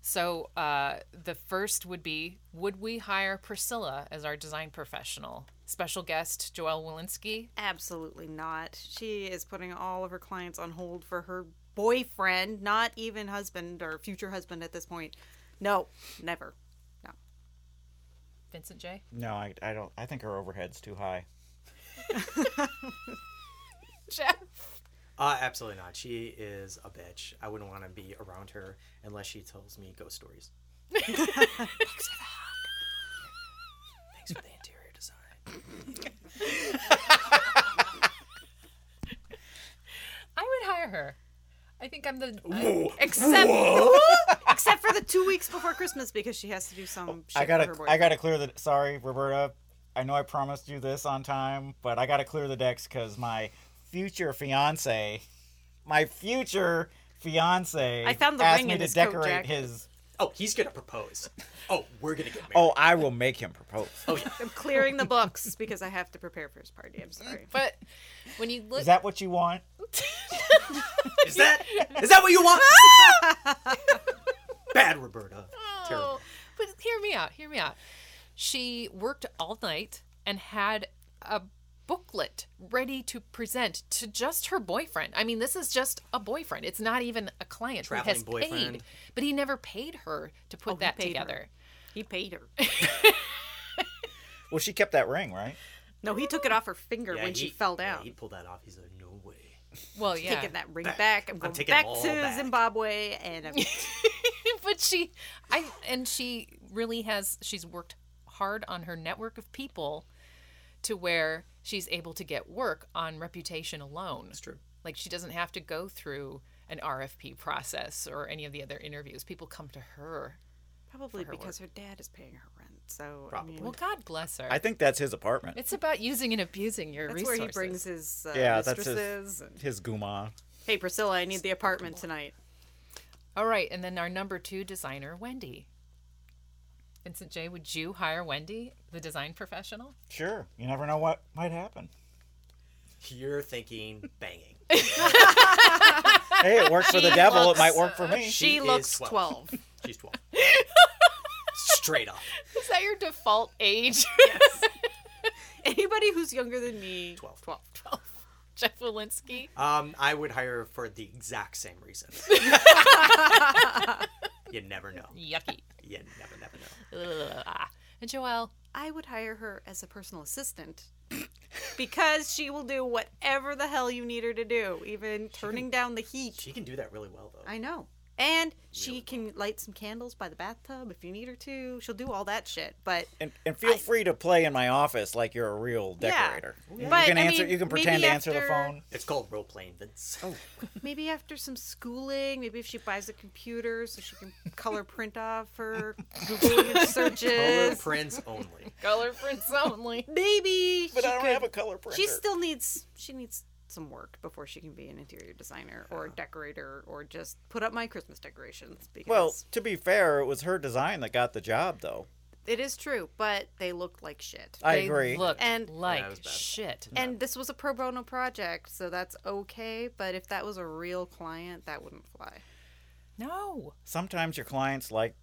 So uh, the first would be would we hire Priscilla as our design professional? Special guest Joelle Walensky. Absolutely not. She is putting all of her clients on hold for her boyfriend, not even husband or future husband at this point. No, never. No. Vincent J. No, I, I don't. I think her overhead's too high. Jeff. Uh, absolutely not. She is a bitch. I wouldn't want to be around her unless she tells me ghost stories. Thanks for the interior design. I would hire her. I think I'm the I- except except for the two weeks before Christmas because she has to do Oh, some. Shit for I her gotta, boyfriend. I gotta clear the. Sorry, Roberta. I know I promised you this on time, but I gotta clear the decks because my future fiance, my future fiance, I found the asked ring me in to his coat decorate jacket. his. Oh, he's gonna propose. Oh, we're gonna get married. Oh, I will make him propose. Oh yeah. I'm clearing the books because I have to prepare for his party. I'm sorry. But when you look, Is that what you want? Is that is that what you want? Bad Roberta. Terrible. Oh, but hear me out. Hear me out. She worked all night and had a booklet ready to present to just her boyfriend. I mean, this is just a boyfriend. It's not even a client who Traveling has paid, boyfriend. but he never paid her to put Oh, he that paid her. together. He paid her. Well, she kept that ring, right? No, he took it off her finger Yeah, when she he- fell yeah, down. he pulled that off. He's like, no way. Well, yeah. Taking that ring back. I'm I'm going taking back them all to back. Zimbabwe and I'm but she I and she really has she's worked hard on her network of people to where she's able to get work on reputation alone. That's true. Like she doesn't have to go through an RFP process or any of the other interviews. People come to her. Probably her because her dad is paying her rent. So I Probably. mean, Well, God bless her. I think that's his apartment. it's about using and abusing your that's resources. where he brings his uh, yeah, that's mistresses. his, and, his guma. hey, Priscilla, I need the apartment tonight. All right, and then our number 2 designer Wendy. Vincent J, would you hire Wendy, the design professional? Sure. You never know what might happen. You're thinking banging. Hey, it worked for the devil. It might work for me. She, is looks 12. 12. She's twelve. Straight up. Is that your default age? Anybody who's younger than me, 12. 12. Jeff Walensky. Um, I would hire her for the exact same reasons. you never know. Yucky. You never, never know. Ugh. and Joelle. I would hire her as a personal assistant because she will do whatever the hell you need her to do, even turning down the heat. She can do that really well, though. I know. And she can light some candles by the bathtub if you need her to. She'll do all that shit. But And, and feel free to play in my office like you're a real decorator. You But, can I answer. mean, you can maybe pretend to answer the after- phone. It's called role playing, Vince. Oh, maybe after some schooling, maybe if she buys a computer so she can color print off her Google image color searches. prints only. Color prints only. Maybe But she I don't could- have a color printer. She still needs she needs some work before she can be an interior designer or a decorator or just put up my Christmas decorations because Well, to be fair, it was her design that got the job, though. it is true, but they look like shit. I They agree. Looked And- like Yeah, it was bad. shit. And this was a pro bono project, so that's okay. But if that was a real client, that wouldn't fly. No. Sometimes your clients like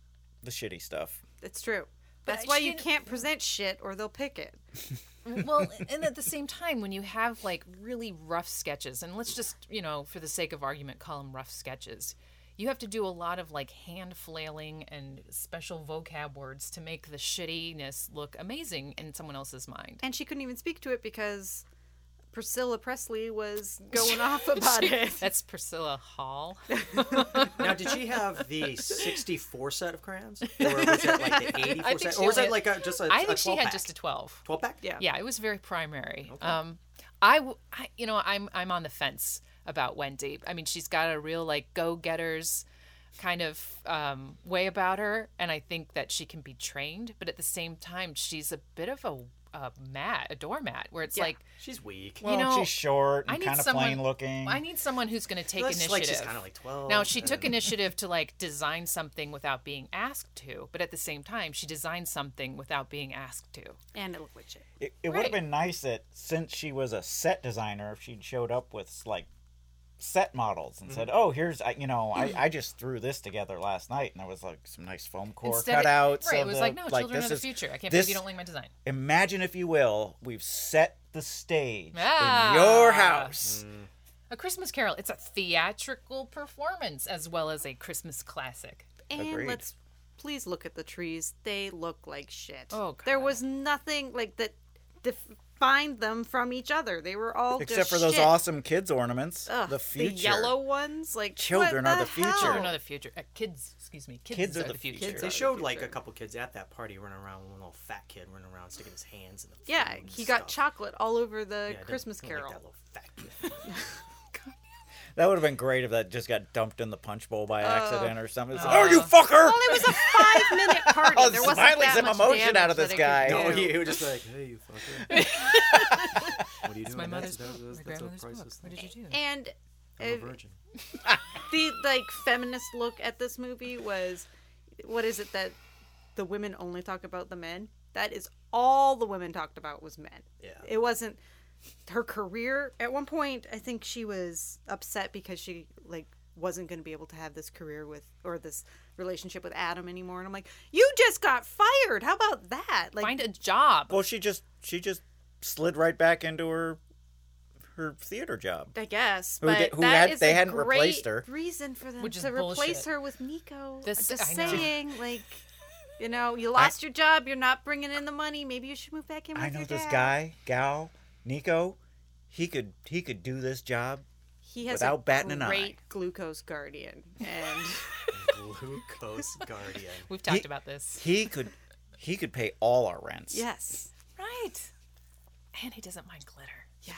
the shitty stuff. It's true. But That's why she you didn't- can't present shit or they'll pick it. Well, and at the same time, when you have like really rough sketches, and let's just, you know, for the sake of argument, call them rough sketches, you have to do a lot of like hand flailing and special vocab words to make the shittiness look amazing in someone else's mind. And she couldn't even speak to it because Priscilla Presley was going off about it. That's Priscilla Hall. Now, did she have the 64 set of crayons? Or was it like the 84 set? she Or was only it like a, just a, I a think 12 she had pack? just a 12. 12 pack? Yeah. yeah it was very primary um I, w- I- you know i'm i'm on the fence about wendy i mean she's got a real like go-getters kind of um way about her and i think that she can be trained but at the same time she's a bit of a a mat a doormat where it's like She's weak. Well, know, Oh, she's short I and need kind of someone. plain looking. I need someone who's going to take That's initiative. like she's kinda like 12 Now she took and- initiative to like design something without being asked to, but at the same time she designed something without being asked to. And it looked like shit. It, it would have Right. been nice that since she was a set designer, if she'd showed up with like set models and said, "Oh, here's I, you know, I, I just threw this together last night, and there was like some nice foam core Instead, cutouts." right? It of was the- like no, children this of the is- future. I can't this- believe you don't like my design. Imagine, if you will, we've set the stage Ah. in your house. A Christmas Carol. It's a theatrical performance as well as a Christmas classic. And Agreed. let's please look at the trees. They look like shit. Oh, there was nothing like that defined them from each other. They were all Except just for those Oh, shit. awesome kids ornaments. Ugh, the future. the yellow ones. Like what Children are the future. Children are the future. Uh, kids, excuse me. Kids, are, the future. They showed like a couple kids at that party running around, one little fat kid running around sticking his hands in the Yeah, he got chocolate all over the Yeah, I Christmas didn't- I didn't Carol. like that That would have been great if that just got dumped in the punch bowl by accident or something. It's Oh. like, oh, you fucker! Well, it was a five-minute party. Oh, there wasn't smiling that some much emotion out of damage that this guy. it could do. Oh, he was just like, hey, you fucker. what are you doing? It's my mother's that's, book, That's, my that's a grandmother's priceless book. What thing. did Oh, you do? And, I'm a uh, virgin. the like feminist look at this movie was what is it that the women only talk about the men that is all the women talked about was men Yeah. it wasn't her career at one point i think she was upset because she like wasn't going to be able to have this career with or this relationship with adam anymore and i'm like you just got fired how about that like find a job Well, she just she just slid right back into her her theater job. I guess, Who but did- who that had- is they a hadn't replaced great her. Reason for them Which is to replace bullshit. her with Nico. This- just I know. saying, like, you know, you lost your job, you're not bringing in the money. Maybe you should move back in. With I know your this dad. guy, Gal, Nico. He could he could do this job. He has without a batting an eye. great glucose guardian, and Glucose Guardian. We've talked about this. He could he could pay all our rents. yes, Right. And he doesn't mind glitter.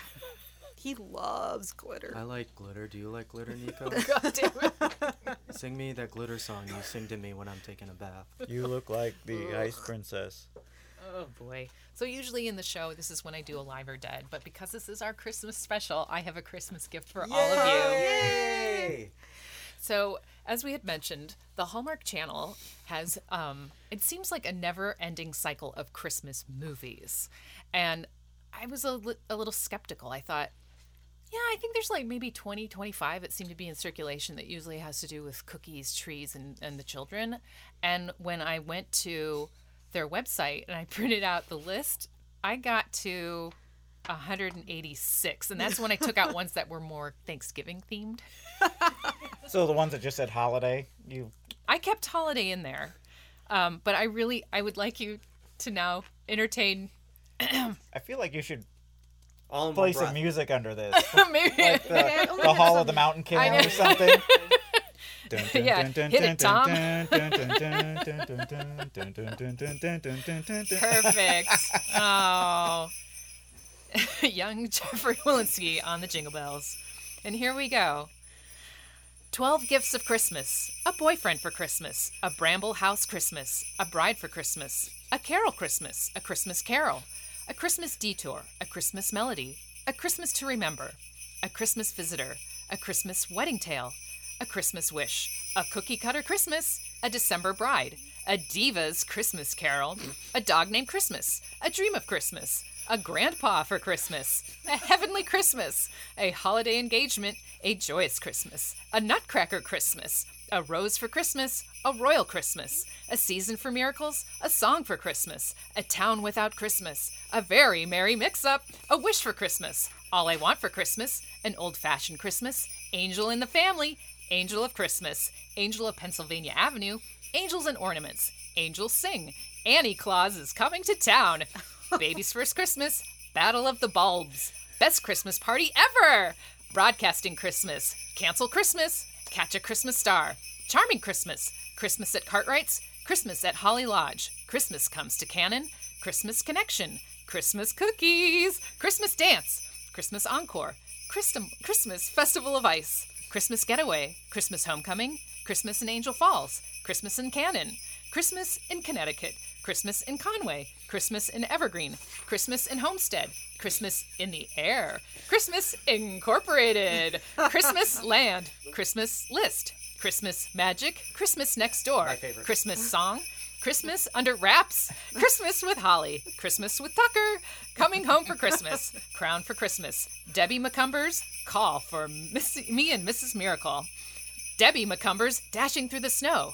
he loves glitter. I like glitter. Do you like glitter, Nico? God damn it. sing me that glitter song you sing to me when I'm taking a bath. You look like the ice princess. Oh boy. So usually in the show, this is when I do Alive or Dead, but because this is our Christmas special, I have a Christmas gift for all of you. Yay! So as we had mentioned, the Hallmark Channel has um it seems like a never-ending cycle of Christmas movies. And I was a, li- a little skeptical. I thought yeah, I think there's like maybe 20, 25 that seem to be in circulation that usually has to do with cookies, trees, and, and the children. And when I went to their website and I printed out the list, I got to 186. And that's when I took out ones that were more Thanksgiving themed. So the ones that just said holiday, you I kept holiday in there, um, but I really I would like you to now entertain. I feel like you should All in play one breath. some music under this. Maybe Like the, the Hall of the Mountain King I know. or something. Dun, dun, Yeah, dun, dun, hit it, dun, Tom. dun, dun, dun, dun, dun, dun, dun, dun, dun, dun, dun, dun, dun, dun, dun, dun. perfect. oh, young Jeffrey Walensky on the Jingle Bells, and here we go. Twelve gifts of Christmas: a boyfriend for Christmas, a bramble house Christmas, a bride for Christmas, a carol Christmas, a Christmas carol, a Christmas detour, a Christmas melody, a Christmas to remember, a Christmas visitor, a Christmas wedding tale, a Christmas wish, a cookie cutter Christmas, a December bride, a diva's Christmas carol, a dog named Christmas, a dream of Christmas, a grandpa for Christmas, a heavenly Christmas, a holiday engagement, a joyous Christmas, a nutcracker Christmas, a rose for Christmas, a royal Christmas, a season for miracles, a song for Christmas, a town without Christmas, a very merry mix up, a wish for Christmas, all I want for Christmas, an old fashioned Christmas, angel in the family, angel of Christmas, angel of Pennsylvania Avenue, angels and ornaments, angels sing, Annie Claus is coming to town, baby's first Christmas, battle of the bulbs, best Christmas party ever, broadcasting Christmas, cancel Christmas, Catch a Christmas Star, Charming Christmas, Christmas at Cartwright's, Christmas at Holly Lodge, Christmas Comes to Cannon, Christmas Connection, Christmas Cookies, Christmas Dance, Christmas Encore, Christum, Christmas Festival of Ice, Christmas Getaway, Christmas Homecoming, Christmas in Angel Falls, Christmas in Cannon, Christmas in Connecticut, Christmas in Conway, Christmas in Evergreen, Christmas in Homestead, Christmas in the Air, Christmas Incorporated, Christmas Land, Christmas List, Christmas Magic, Christmas Next Door, Christmas Song, Christmas Under Wraps, Christmas with Holly, Christmas with Tucker, Coming Home for Christmas, Crown for Christmas, Debbie McCumbers, Call for Miss, Me and Mrs. Miracle. Debbie McCumbers dashing through the snow.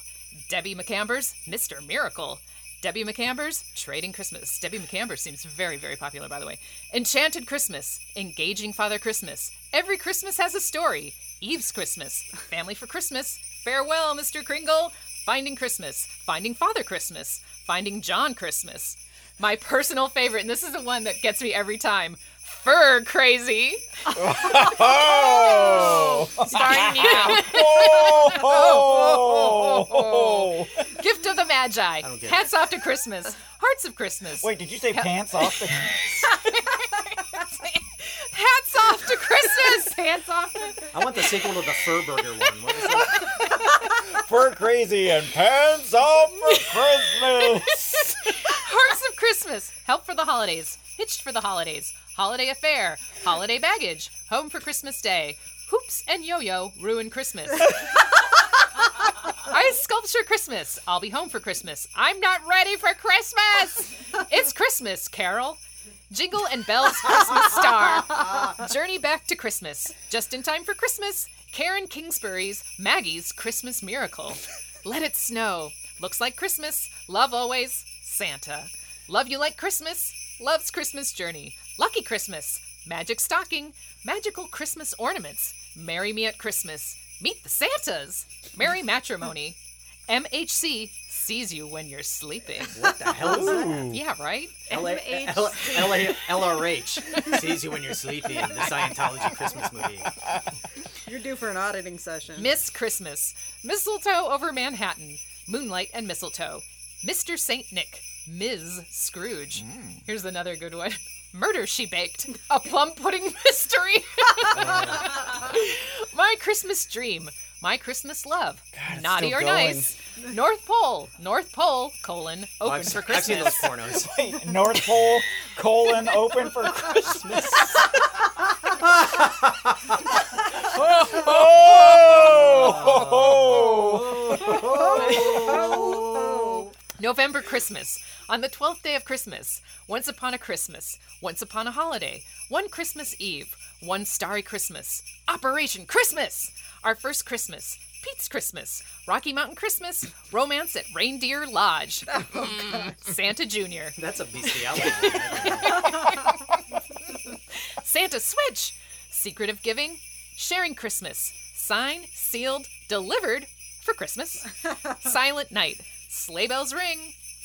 Debbie McCambers, Mr. Miracle. Debbie McCambers, Trading Christmas. Debbie McCambers seems very, very popular, by the way. Enchanted Christmas, Engaging Father Christmas. Every Christmas has a story. Eve's Christmas, Family for Christmas. Farewell, Mr. Kringle. Finding Christmas, Finding Father Christmas, Finding John Christmas. My personal favorite, and this is the one that gets me every time Fur Crazy. Oh! Starring Nemo. Oh! Gift of the Magi. don't get it. Hats off to Christmas. Hearts of Christmas. Wait, did you say pants off? Hats off to Christmas. Hats off to I want the sequel to the Fur Burger one. What was that? Fur crazy and pants off for Christmas. Hearts of Christmas. Help for the holidays. Hitched for the holidays. Holiday affair. Holiday baggage. Home for Christmas Day. Hoops and yo-yo ruin Christmas. Ice sculpture Christmas. I'll be home for Christmas. I'm not ready for Christmas. It's Christmas, Carol. Jingle and Bell's Christmas Star. Journey back to Christmas. Just in time for Christmas. Karen Kingsbury's Maggie's Christmas Miracle. Let it snow. Looks like Christmas. Love always. Santa. Love you like Christmas. Love's Christmas Journey. Lucky Christmas. Magic stocking. Magical Christmas ornaments. Marry me at Christmas. Meet the Santas. Merry matrimony. MHC sees you when you're sleeping. What the hell is that? Yeah, right? LA, L- LA, LRH sees you when you're sleepy in the Scientology Christmas movie. You're due for an auditing session. Miss Christmas. Mistletoe over Manhattan. Moonlight and mistletoe. Mr. St. Nick. Ms. Scrooge. Here's another good one. Murder She Baked. A plum pudding mystery. My Christmas Dream. My Christmas Love. Naughty still or going. Nice. North Pole. North Pole, colon, open Well, I've, for I've seen Christmas. those pornos. Wait, North Pole colon open for Christmas. November Christmas. On the 12th day of Christmas. Once upon a Christmas. Once upon a holiday. One Christmas Eve. One starry Christmas. Operation Christmas! Our first Christmas. Pete's Christmas. Rocky Mountain Christmas. Romance at Reindeer Lodge. Mm, Santa Jr. That's a bestiality. one. Santa Switch. Secret of Giving. Sharing Christmas. Signed, sealed, delivered for Christmas. Silent Night. Sleigh Bells Ring.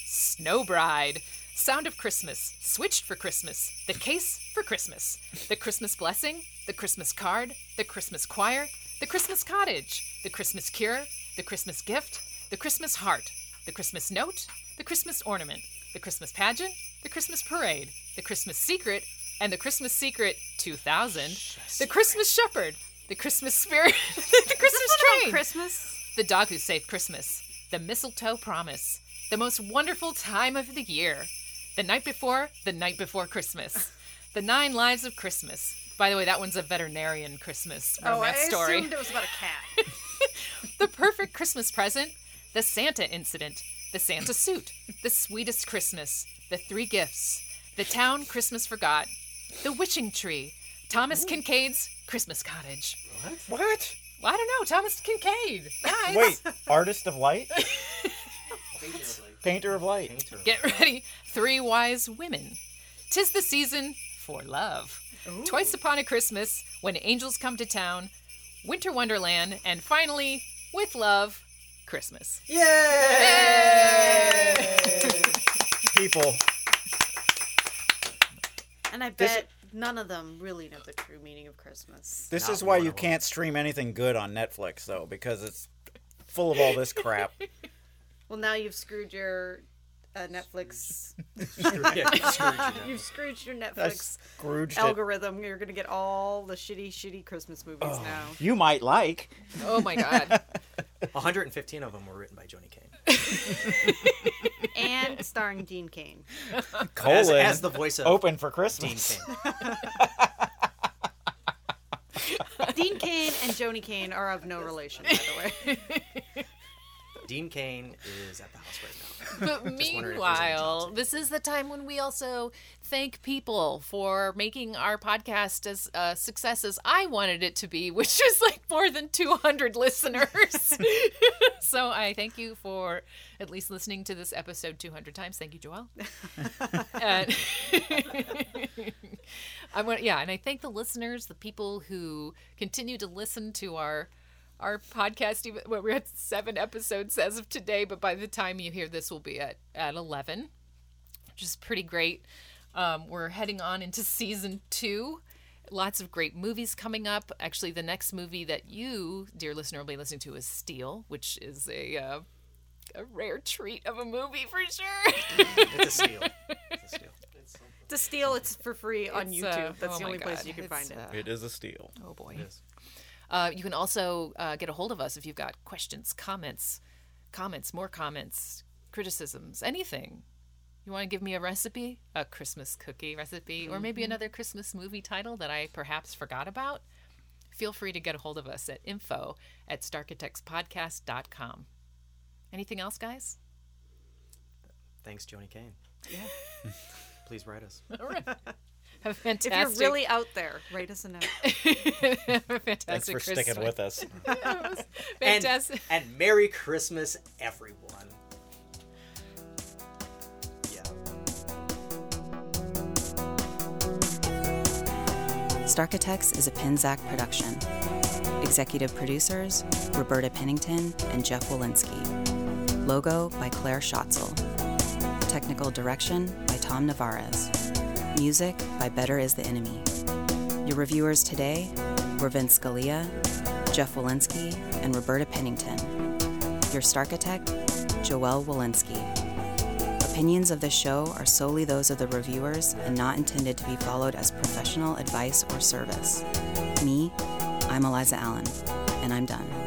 Snow Bride. Sound of Christmas. Switched for Christmas. The Case for Christmas. The Christmas Blessing. The Christmas Card. The Christmas Choir. The Christmas Cottage. The Christmas Cure. The Christmas Gift. The Christmas Heart. The Christmas Note. The Christmas Ornament. The Christmas Pageant. The Christmas Parade. The Christmas Secret. And the Christmas Secret 2000. The Christmas Shepherd. The Christmas Spirit. the Christmas Train. Christmas? The Dog Who Saved Christmas. The Mistletoe Promise. The most wonderful time of the year. The night before, the night before Christmas. The Nine Lives of Christmas. By the way, that one's a veterinarian Christmas Oh, I romance story. assumed it was about a cat. The perfect Christmas present. The Santa incident. The Santa suit. The sweetest Christmas. The three gifts. The town Christmas forgot. The witching tree. Thomas Kincaid's Christmas cottage. What? Well, I don't know. Thomas Kincaid. Nice. Wait, artist of light? Painter of light. Get ready. Three wise women. Tis the season for love. Twice upon a Christmas, when angels come to town, Winter Wonderland, and finally, with love, Christmas. People. And I bet none of them really know the true meaning of Christmas. This Not is why one you of 'em. can't stream anything good on Netflix though, because it's full of all this crap. Well, now you've screwed your uh, Netflix. Yeah, Scrooge, you know. You've screwed your I Netflix Scrooged it. algorithm. You're going to get all the shitty, shitty Christmas movies now. You might like. Oh my God. 115 of them were written by Johnny Kane. And starring Dean Kane. Colon. As, as the voice of open for Dean Christmas. Kane. Dean Kane and Joni Kane are of no relation, by the way. Dean Kane is at the house right now. But any jobs meanwhile, this is the time when we also thank people for making our podcast as uh, success as I wanted it to be, which is like more than 200 listeners. so I thank you for at least listening to this episode 200 times. Thank you, Joelle. and I want, yeah, and I thank the listeners, the people who continue to listen to our our podcast even well, we're at seven episodes as of today but by the time you hear this we'll be at at 11 which is pretty great um, we're heading on into season two lots of great movies coming up actually the next movie that you dear listener will be listening to is steel which is a uh, a rare treat of a movie for sure it's a steal it's a steal To steal, it's for free on It's, YouTube. uh, That's oh the my only place God. you can It's, find it. uh, It is a steal. Oh boy. Uh, you can also uh, get a hold of us if you've got questions, comments, comments, more comments, criticisms, anything. You want to give me a recipe, a Christmas cookie recipe, or maybe Mm-hmm. Mhm. another Christmas movie title that I perhaps forgot about? Feel free to get a hold of us at info at starchitectspodcast.com. Anything else, guys? Thanks, Joni Kane. Yeah. Please write us. All right. Have a If fantastic. you're really out there, write us a note. fantastic Thanks for Christmas. sticking with us. It was And, fantastic. and Merry Christmas, everyone. Starkitex is a Pinzac production. Executive producers Roberta Pennington and Jeff Walensky. Logo by Claire Schatzel. Technical direction by Tom Navarez. Music by Better Is the Enemy. Your reviewers today were Vince Scalia, Jeff Walensky, and Roberta Pennington. Your Starkitect, Joelle Walensky. Opinions of this show are solely those of the reviewers and not intended to be followed as professional advice or service. Me, I'm Eliza Allen, and I'm done.